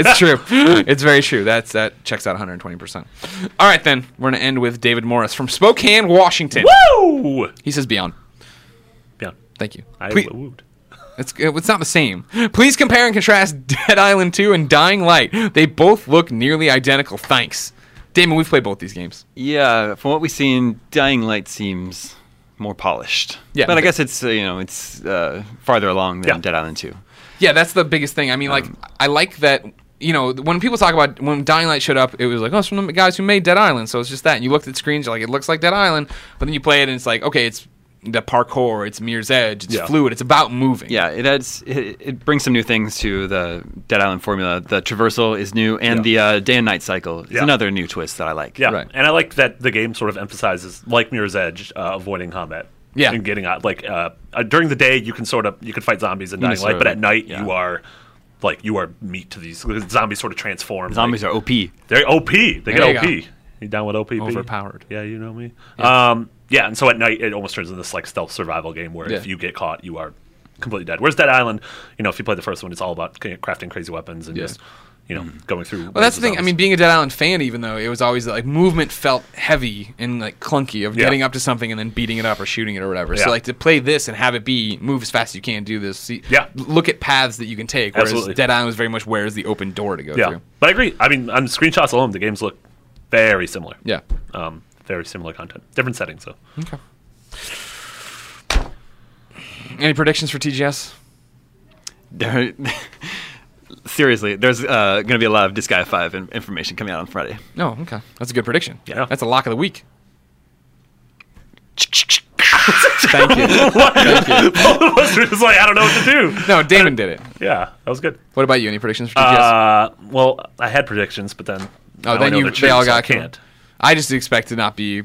S2: it's true. It's very true. That's that checks out 120%. All right then, we're going to end with David Morris from Spokane, Washington.
S3: Woo!
S2: He says beyond.
S3: Yeah,
S2: Thank you.
S3: I
S2: Please-
S3: wooed.
S2: it's, uh, it's not the same. Please compare and contrast Dead Island 2 and Dying Light. They both look nearly identical. Thanks. Damon, we've played both these games.
S4: yeah, from what we've seen, Dying Light seems more polished.
S2: Yeah.
S4: but I guess it's uh, you know it's uh, farther along than
S3: Yeah.
S4: Dead Island Two.
S2: Yeah, that's the biggest thing. I mean, like,
S3: Um,
S2: I like that. You know, when people talk about when Dying Light showed up, it was like, oh, it's from the guys who made Dead Island. So it's just that. And you looked at screens, you're like, it looks like Dead Island. But then you play it, and it's like, okay, it's the parkour, it's Mirror's Edge, it's
S3: Yeah.
S2: fluid, it's about moving.
S4: Yeah, it adds it, it brings some new things to the Dead Island formula. The traversal is new, and the uh, day and night cycle is
S3: Yeah.
S4: another new twist that I like.
S3: Yeah,
S2: Right.
S3: and I like that the game sort of emphasizes, like Mirror's Edge, uh, avoiding combat.
S2: Yeah.
S3: and getting out. Like uh, uh, during the day, you can sort of you can fight zombies and dying
S2: sort
S3: light, but
S2: of-
S3: at night you are like you are meat to these 'cause zombies. Sort of transform.
S4: zombies
S3: like,
S4: are OP.
S3: They're OP. They
S2: you
S3: get
S2: go.
S3: OP. You down with OP?
S2: Overpowered.
S3: Yeah, you know me. Um, yeah, and so at night it almost turns into this like stealth survival game where if
S2: Yeah.
S3: you get caught, you are completely dead. Whereas Dead Island, you know, if you play the first one, it's all about c- crafting crazy weapons and
S2: Yeah. Mm-hmm.
S3: just you know going through.
S2: Well, that's the thing. I mean, being a Dead Island fan, even though it was always like movement felt heavy and like clunky of
S3: Yeah.
S2: getting up to something and then beating it up or shooting it or whatever. So
S3: Yeah.
S2: like to play this and have it be move as fast as you can, do this, see,
S3: Yeah.
S2: look at paths that you can take. Whereas
S3: Absolutely.
S2: Dead Island was very much where's the open door to go
S3: yeah,
S2: through.
S3: but I agree. I mean, on screenshots alone, the games look very similar.
S2: Yeah.
S3: um, very similar content, different settings though.
S2: Okay. Any predictions for TGS?
S4: They're- seriously, there's uh, going to be a lot of Disc Guy 5 in- information coming out on Friday.
S2: No, okay. That's a good prediction.
S3: Yeah.
S2: That's a lock of the week.
S4: Thank you.
S3: Both of us were just like, I don't know what to do.
S2: No, Damon did it.
S3: Yeah, that was good.
S2: What about you? Any predictions for TGS?
S3: Uh, well, I had predictions, but then now
S2: oh,
S3: I
S2: then
S3: know
S2: you
S3: they're
S2: they all
S3: true, so I
S2: got
S3: can't.
S2: can't. I just expect to not be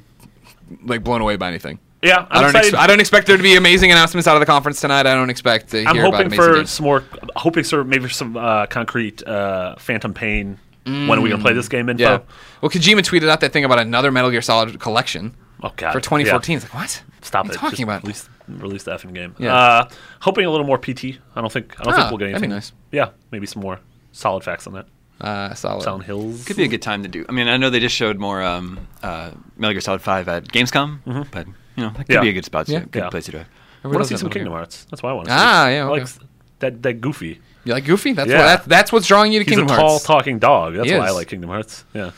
S2: like blown away by anything.
S3: Yeah, I'm
S2: I don't.
S3: excited.
S2: Ex- I don't expect there to be amazing announcements out of the conference tonight. I don't expect to hear
S3: I'm
S2: about
S3: hoping
S2: amazing
S3: for
S2: games.
S3: some more, hoping for maybe some uh, concrete uh, Phantom Pain. When are we gonna play this game? Info.
S2: Yeah. Well, Kojima tweeted out that thing about another Metal Gear Solid collection
S3: Oh God.
S2: for
S3: yeah.
S2: 2014. It's like what?
S3: Stop
S2: what are
S3: it.
S2: you Talking
S3: Just
S2: about
S3: release, release the effing game.
S2: Yeah.
S3: Uh, hoping a little more PT. I don't think. I don't
S2: Ah,
S3: think we'll get
S2: that'd be
S3: anything.
S2: nice.
S3: Yeah, maybe some more solid facts on that.
S2: uh, Solid.
S3: Sound Hills.
S4: Could be a good time to do. I mean, I know they just showed more um, uh, Metal Gear Solid 5 at Gamescom, but, you know, that could
S3: Yeah.
S4: be a good spot to,
S2: Yeah.
S4: good
S3: Yeah.
S4: place to do it.
S3: I want
S2: Everybody
S3: to
S2: loves
S3: see
S2: that
S3: some
S2: Metal Gear.
S3: Kingdom Hearts. That's why I want to.
S2: Ah,
S3: see.
S2: yeah,
S3: I
S2: okay.
S3: like s- that that Goofy.
S2: You like Goofy? That's
S3: Yeah.
S2: what, that, that's what's drawing you to
S3: He's
S2: Kingdom
S3: a tall,
S2: Hearts.
S3: talking dog. That's
S2: He
S3: why I
S2: is.
S3: like Kingdom Hearts. Yeah.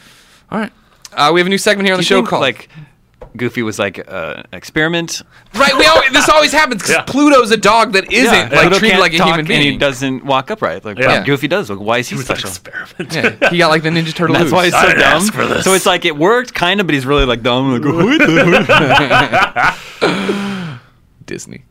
S2: All right. Uh, we have a new segment here on
S4: Do
S2: the
S4: you
S2: show
S4: think,
S2: called
S4: like, Goofy was like uh, an experiment?
S2: Right, we always, this always happens because
S3: Yeah.
S2: Pluto's a dog that isn't like
S4: Pluto
S2: treated
S4: can't
S2: like a
S4: talk
S2: human being.
S4: And he doesn't walk upright. Like,
S3: Yeah.
S4: but Goofy does. Like, why is he
S3: It was an
S4: special?
S3: experiment.
S2: yeah, he got like the Ninja Turtle.
S4: That's why
S2: ooze.
S4: he's so
S3: didn't
S4: dumb.
S3: ask for this.
S4: So it's like it worked, kind of, but he's really like dumb. Like, "Who the-"
S2: Disney.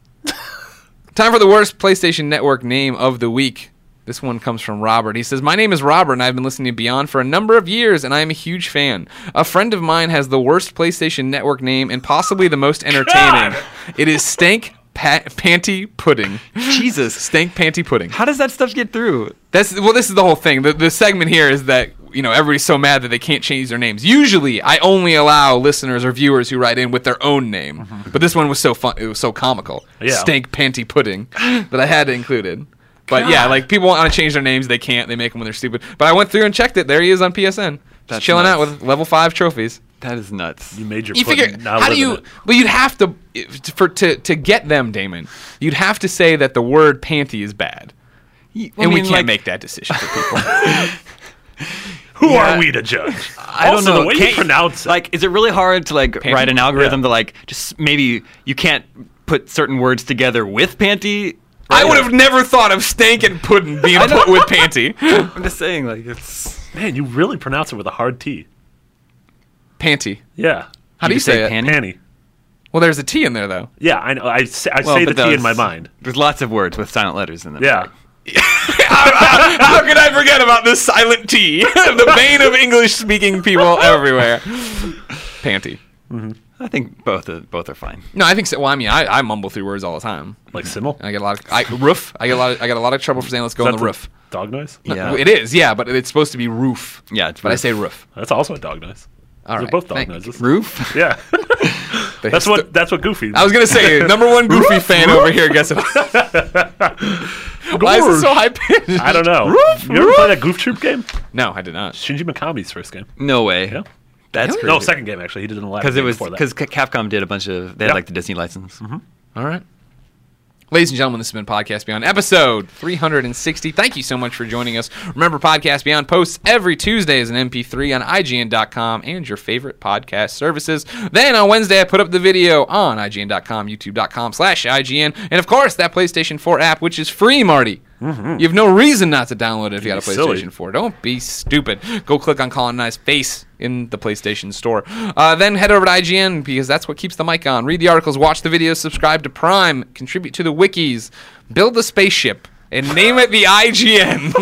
S2: Time for the worst PlayStation Network name of the week. This one comes from Robert. He says, My name is Robert, and I've been listening to Beyond for a number of years, and I am a huge fan. A friend of mine has the worst PlayStation Network name and possibly the most entertaining. It is Stank pa- Panty Pudding.
S4: Jesus,
S2: Stank Panty Pudding.
S4: how does that stuff get through?
S2: That's well. This is the whole thing. The, the segment here is that you know everybody's so mad that they can't change their names. Usually, I only allow listeners or viewers who write in with their own name. But this one was so fun. It was so comical.
S3: Yeah.
S2: Stank panty pudding that I had included. But yeah, like people want to change their names, they can't. They make them when they're stupid. But I went through and checked it. There he is on PSN, just
S4: That's
S2: chilling out
S4: nuts.
S2: with level five trophies.
S4: That is nuts.
S3: You made your.
S2: You
S3: pudding,
S2: figure
S3: now
S2: how do
S3: live in
S2: you?
S3: it.
S2: Well, you'd have to if- for to to get them, Damon. You'd have to say that the word panty is bad,
S4: You- I
S2: and we
S4: mean,
S2: can't
S4: like,
S2: make that decision for people.
S3: Who
S4: Yeah.
S3: are we to judge?
S4: I don't
S3: also,
S4: know.
S3: The way
S4: can't
S3: you pronounce it.
S4: Like, is it really hard to like write an algorithm
S3: Yeah.
S4: to like just maybe you can't put certain words together with panty?
S2: I would have never thought of stank and pudding being put with panty.
S4: I'm just saying, like, it's.
S3: man, you really pronounce it with a hard T.
S2: Panty.
S3: Yeah.
S2: How do you
S4: could say
S2: say, it?
S4: panty.
S3: Panty.
S2: Well, there's a T in there though.
S3: Yeah, I know. I say, I
S4: Well,
S3: say the
S4: but
S3: T in
S4: those-
S3: my mind.
S4: There's lots of words with silent letters in them.
S3: Yeah.
S2: How could I forget about this silent T? the bane of English-speaking people everywhere. Panty.
S4: I think both are, both are fine.
S2: No, I think so. Well, I mean, I, I mumble through words all the time.
S3: Like Simmel.
S2: I get a lot of I, roof. I get a lot. Of, I get a lot of trouble for saying "let's go on the, roof."
S3: Dog noise?
S4: Yeah.
S2: It is, yeah, but it's supposed to be roof.
S4: Yeah, it's
S2: but I
S4: roof.
S2: say roof.
S3: That's also a dog noise.
S2: All
S3: They're
S2: right,
S3: both dog
S2: thank-
S3: noises.
S4: Roof.
S3: Yeah.
S2: The
S3: that's
S2: histo-
S3: what that's what Goofy.
S2: I was gonna say number one Goofy fan over here. Guess it. Why is it so high pitched?
S3: I don't know. you ever play that Goof Troop game?
S2: No, I did not.
S3: Shinji Mikami's first game.
S4: No way.
S3: Yeah.
S4: That's
S3: No, second game actually. He did it in the last
S4: Because it
S3: game
S4: was
S3: before that.
S4: because Capcom did a bunch of they had
S3: Yeah.
S4: like the Disney license. Mm-hmm.
S2: All right. Ladies and gentlemen, this has been Podcast Beyond, episode 360. Thank you so much for joining us. Remember, Podcast Beyond posts every Tuesday as an MP3 on IGN.com and your favorite podcast services. Then on Wednesday, I put up the video on IGN.com, YouTube.com slash IGN, and of course, that PlayStation 4 app, which is free, Marty. You have no reason not to download it if you got a PlayStation
S3: silly.
S2: 4. for. Don't be stupid. Go click on Colin and I's face in the PlayStation Store. Uh, then head over to IGN because that's what keeps the mic on. Read the articles, watch the videos, subscribe to Prime, contribute to the wikis, build the spaceship, and name it the IGN.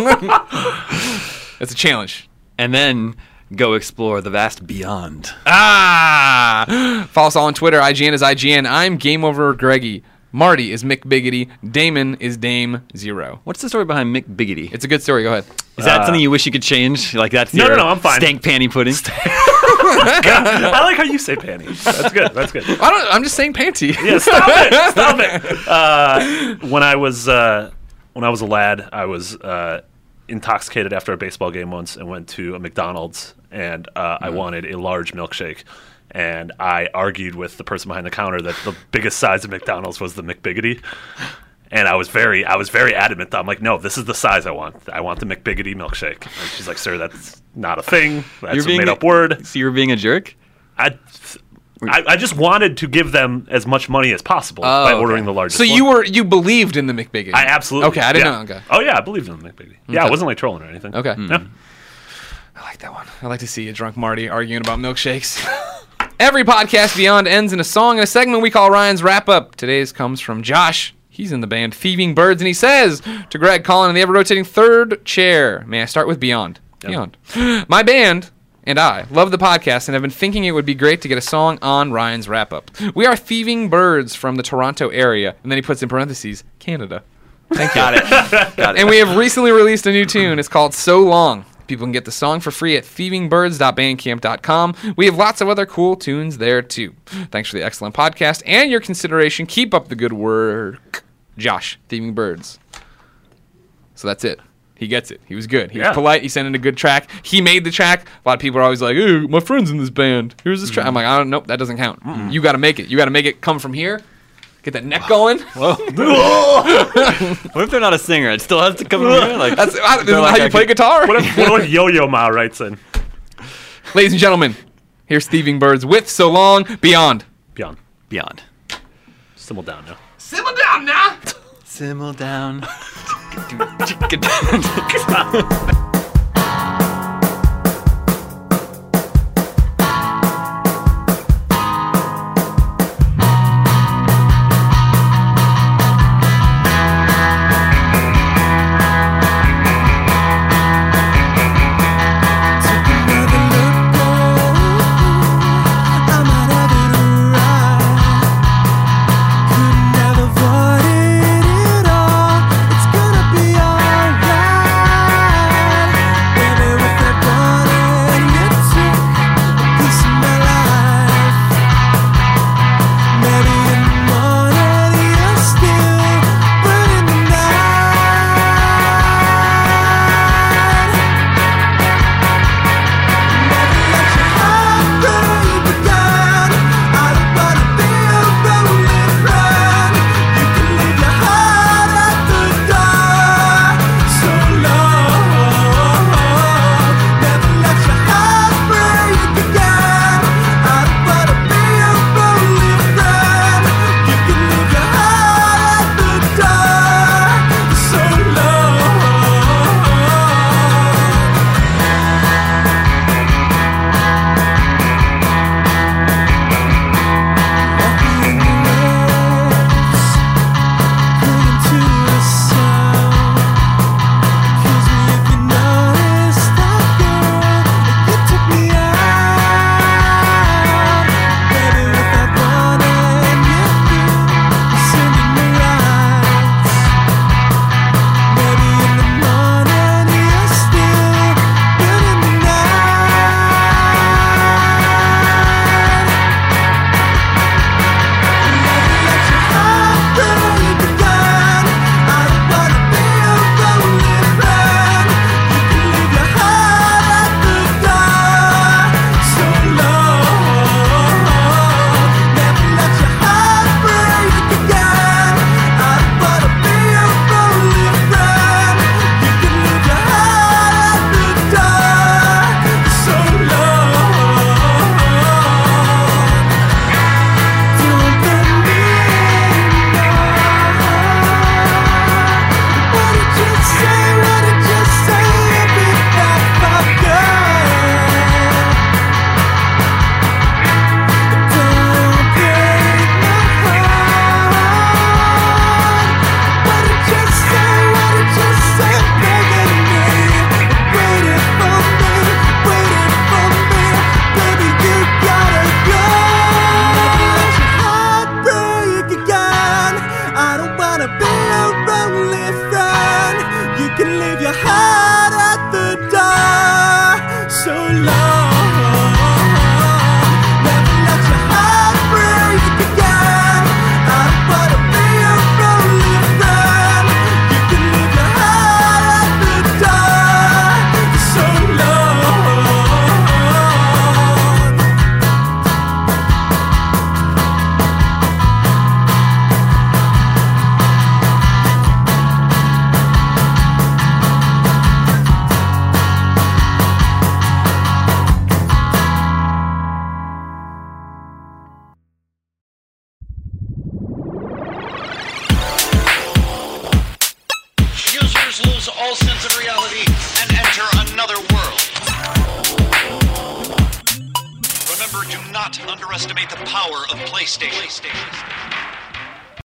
S2: that's a challenge.
S4: And then go explore the vast beyond.
S2: Ah! Follow us all on Twitter. IGN is IGN. I'm Game Over Greggy. Marty is Mick Biggity. Damon is Dame Zero.
S4: What's the story behind Mick Biggity?
S2: It's a good story. Go ahead.
S4: Is that something you wish you could change? Like that's
S3: No, no,
S4: your
S3: no, I'm fine.
S4: Stank panty pudding.
S3: I like how you say panties. That's good. That's good.
S2: I don't. I'm just saying panty.
S3: Yeah, stop it! Stop it! Uh, when I was uh, when I was a lad, I was uh, intoxicated after a baseball game once and went to a McDonald's and uh, I wanted a large milkshake. And I argued with the person behind the counter that the biggest size of McDonald's was the McBiggity. And I was very, I was very adamant. I'm like, no, this is the size I want. I want the McBiggity milkshake. And she's like, sir, that's not a thing. That's a made up word.
S4: So you're being a jerk.
S3: I, I, I just wanted to give them as much money as possible
S2: Oh,
S3: by
S2: okay.
S3: ordering the largest.
S2: So you
S3: one.
S2: were you believed in the McBiggin?
S3: I absolutely.
S2: Okay, I didn't
S3: yeah.
S2: know. Okay.
S3: Oh yeah, I believed in them, McBiggy. Yeah, I wasn't like trolling or anything.
S2: Okay. Hmm.
S3: Yeah.
S2: I like that one. I like to see a drunk Marty arguing about milkshakes. Every podcast beyond ends in a song and a segment we call Ryan's Wrap Up. Today's comes from Josh. He's in the band Thieving Birds, and he says to Greg Collin in the ever rotating third chair, May I start with Beyond? Beyond. My band and I love the podcast and have been thinking it would be great to get a song on Ryan's Wrap Up. We are Thieving Birds from the Toronto area, and then he puts in parentheses, Canada.
S4: Got it. Got it.
S2: And we have recently released a new tune. It's called So Long. People can get the song for free at thieving.birds.bandcamp.com. We have lots of other cool tunes there too. Thanks for the excellent podcast and your consideration. Keep up the good work. Josh, Thieving Birds. So that's it. He gets it. He was good. He
S3: Yeah.
S2: was polite. He sent in a good track. He made the track. A lot of people are always like, "Ooh, my friend's in this band. Here's this track." I'm like, "I don't know. That doesn't count. You got to make it. You got to make it come from here. Get that neck going."
S4: what if they're not a singer? It still has to come in here. Like,
S2: That's I, isn't
S4: They're
S2: that
S4: like,
S2: how you
S4: I
S2: play
S4: could-
S2: guitar.
S3: What if, what if Yo Yo Ma writes in
S2: Ladies and gentlemen, here's Thieving Birds with So Long Beyond.
S3: beyond?
S4: beyond.
S3: Simple down now.
S2: Simmer down now!
S4: Simmer down.
S5: I don't wanna be a lonely friend. You can leave your heart at the door. So long. Never let your heart break again. I don't wanna be a lonely friend. You can leave your heart at the door. So long.
S1: lose all sense of reality and enter another world. Remember, do not underestimate the power of PlayStation.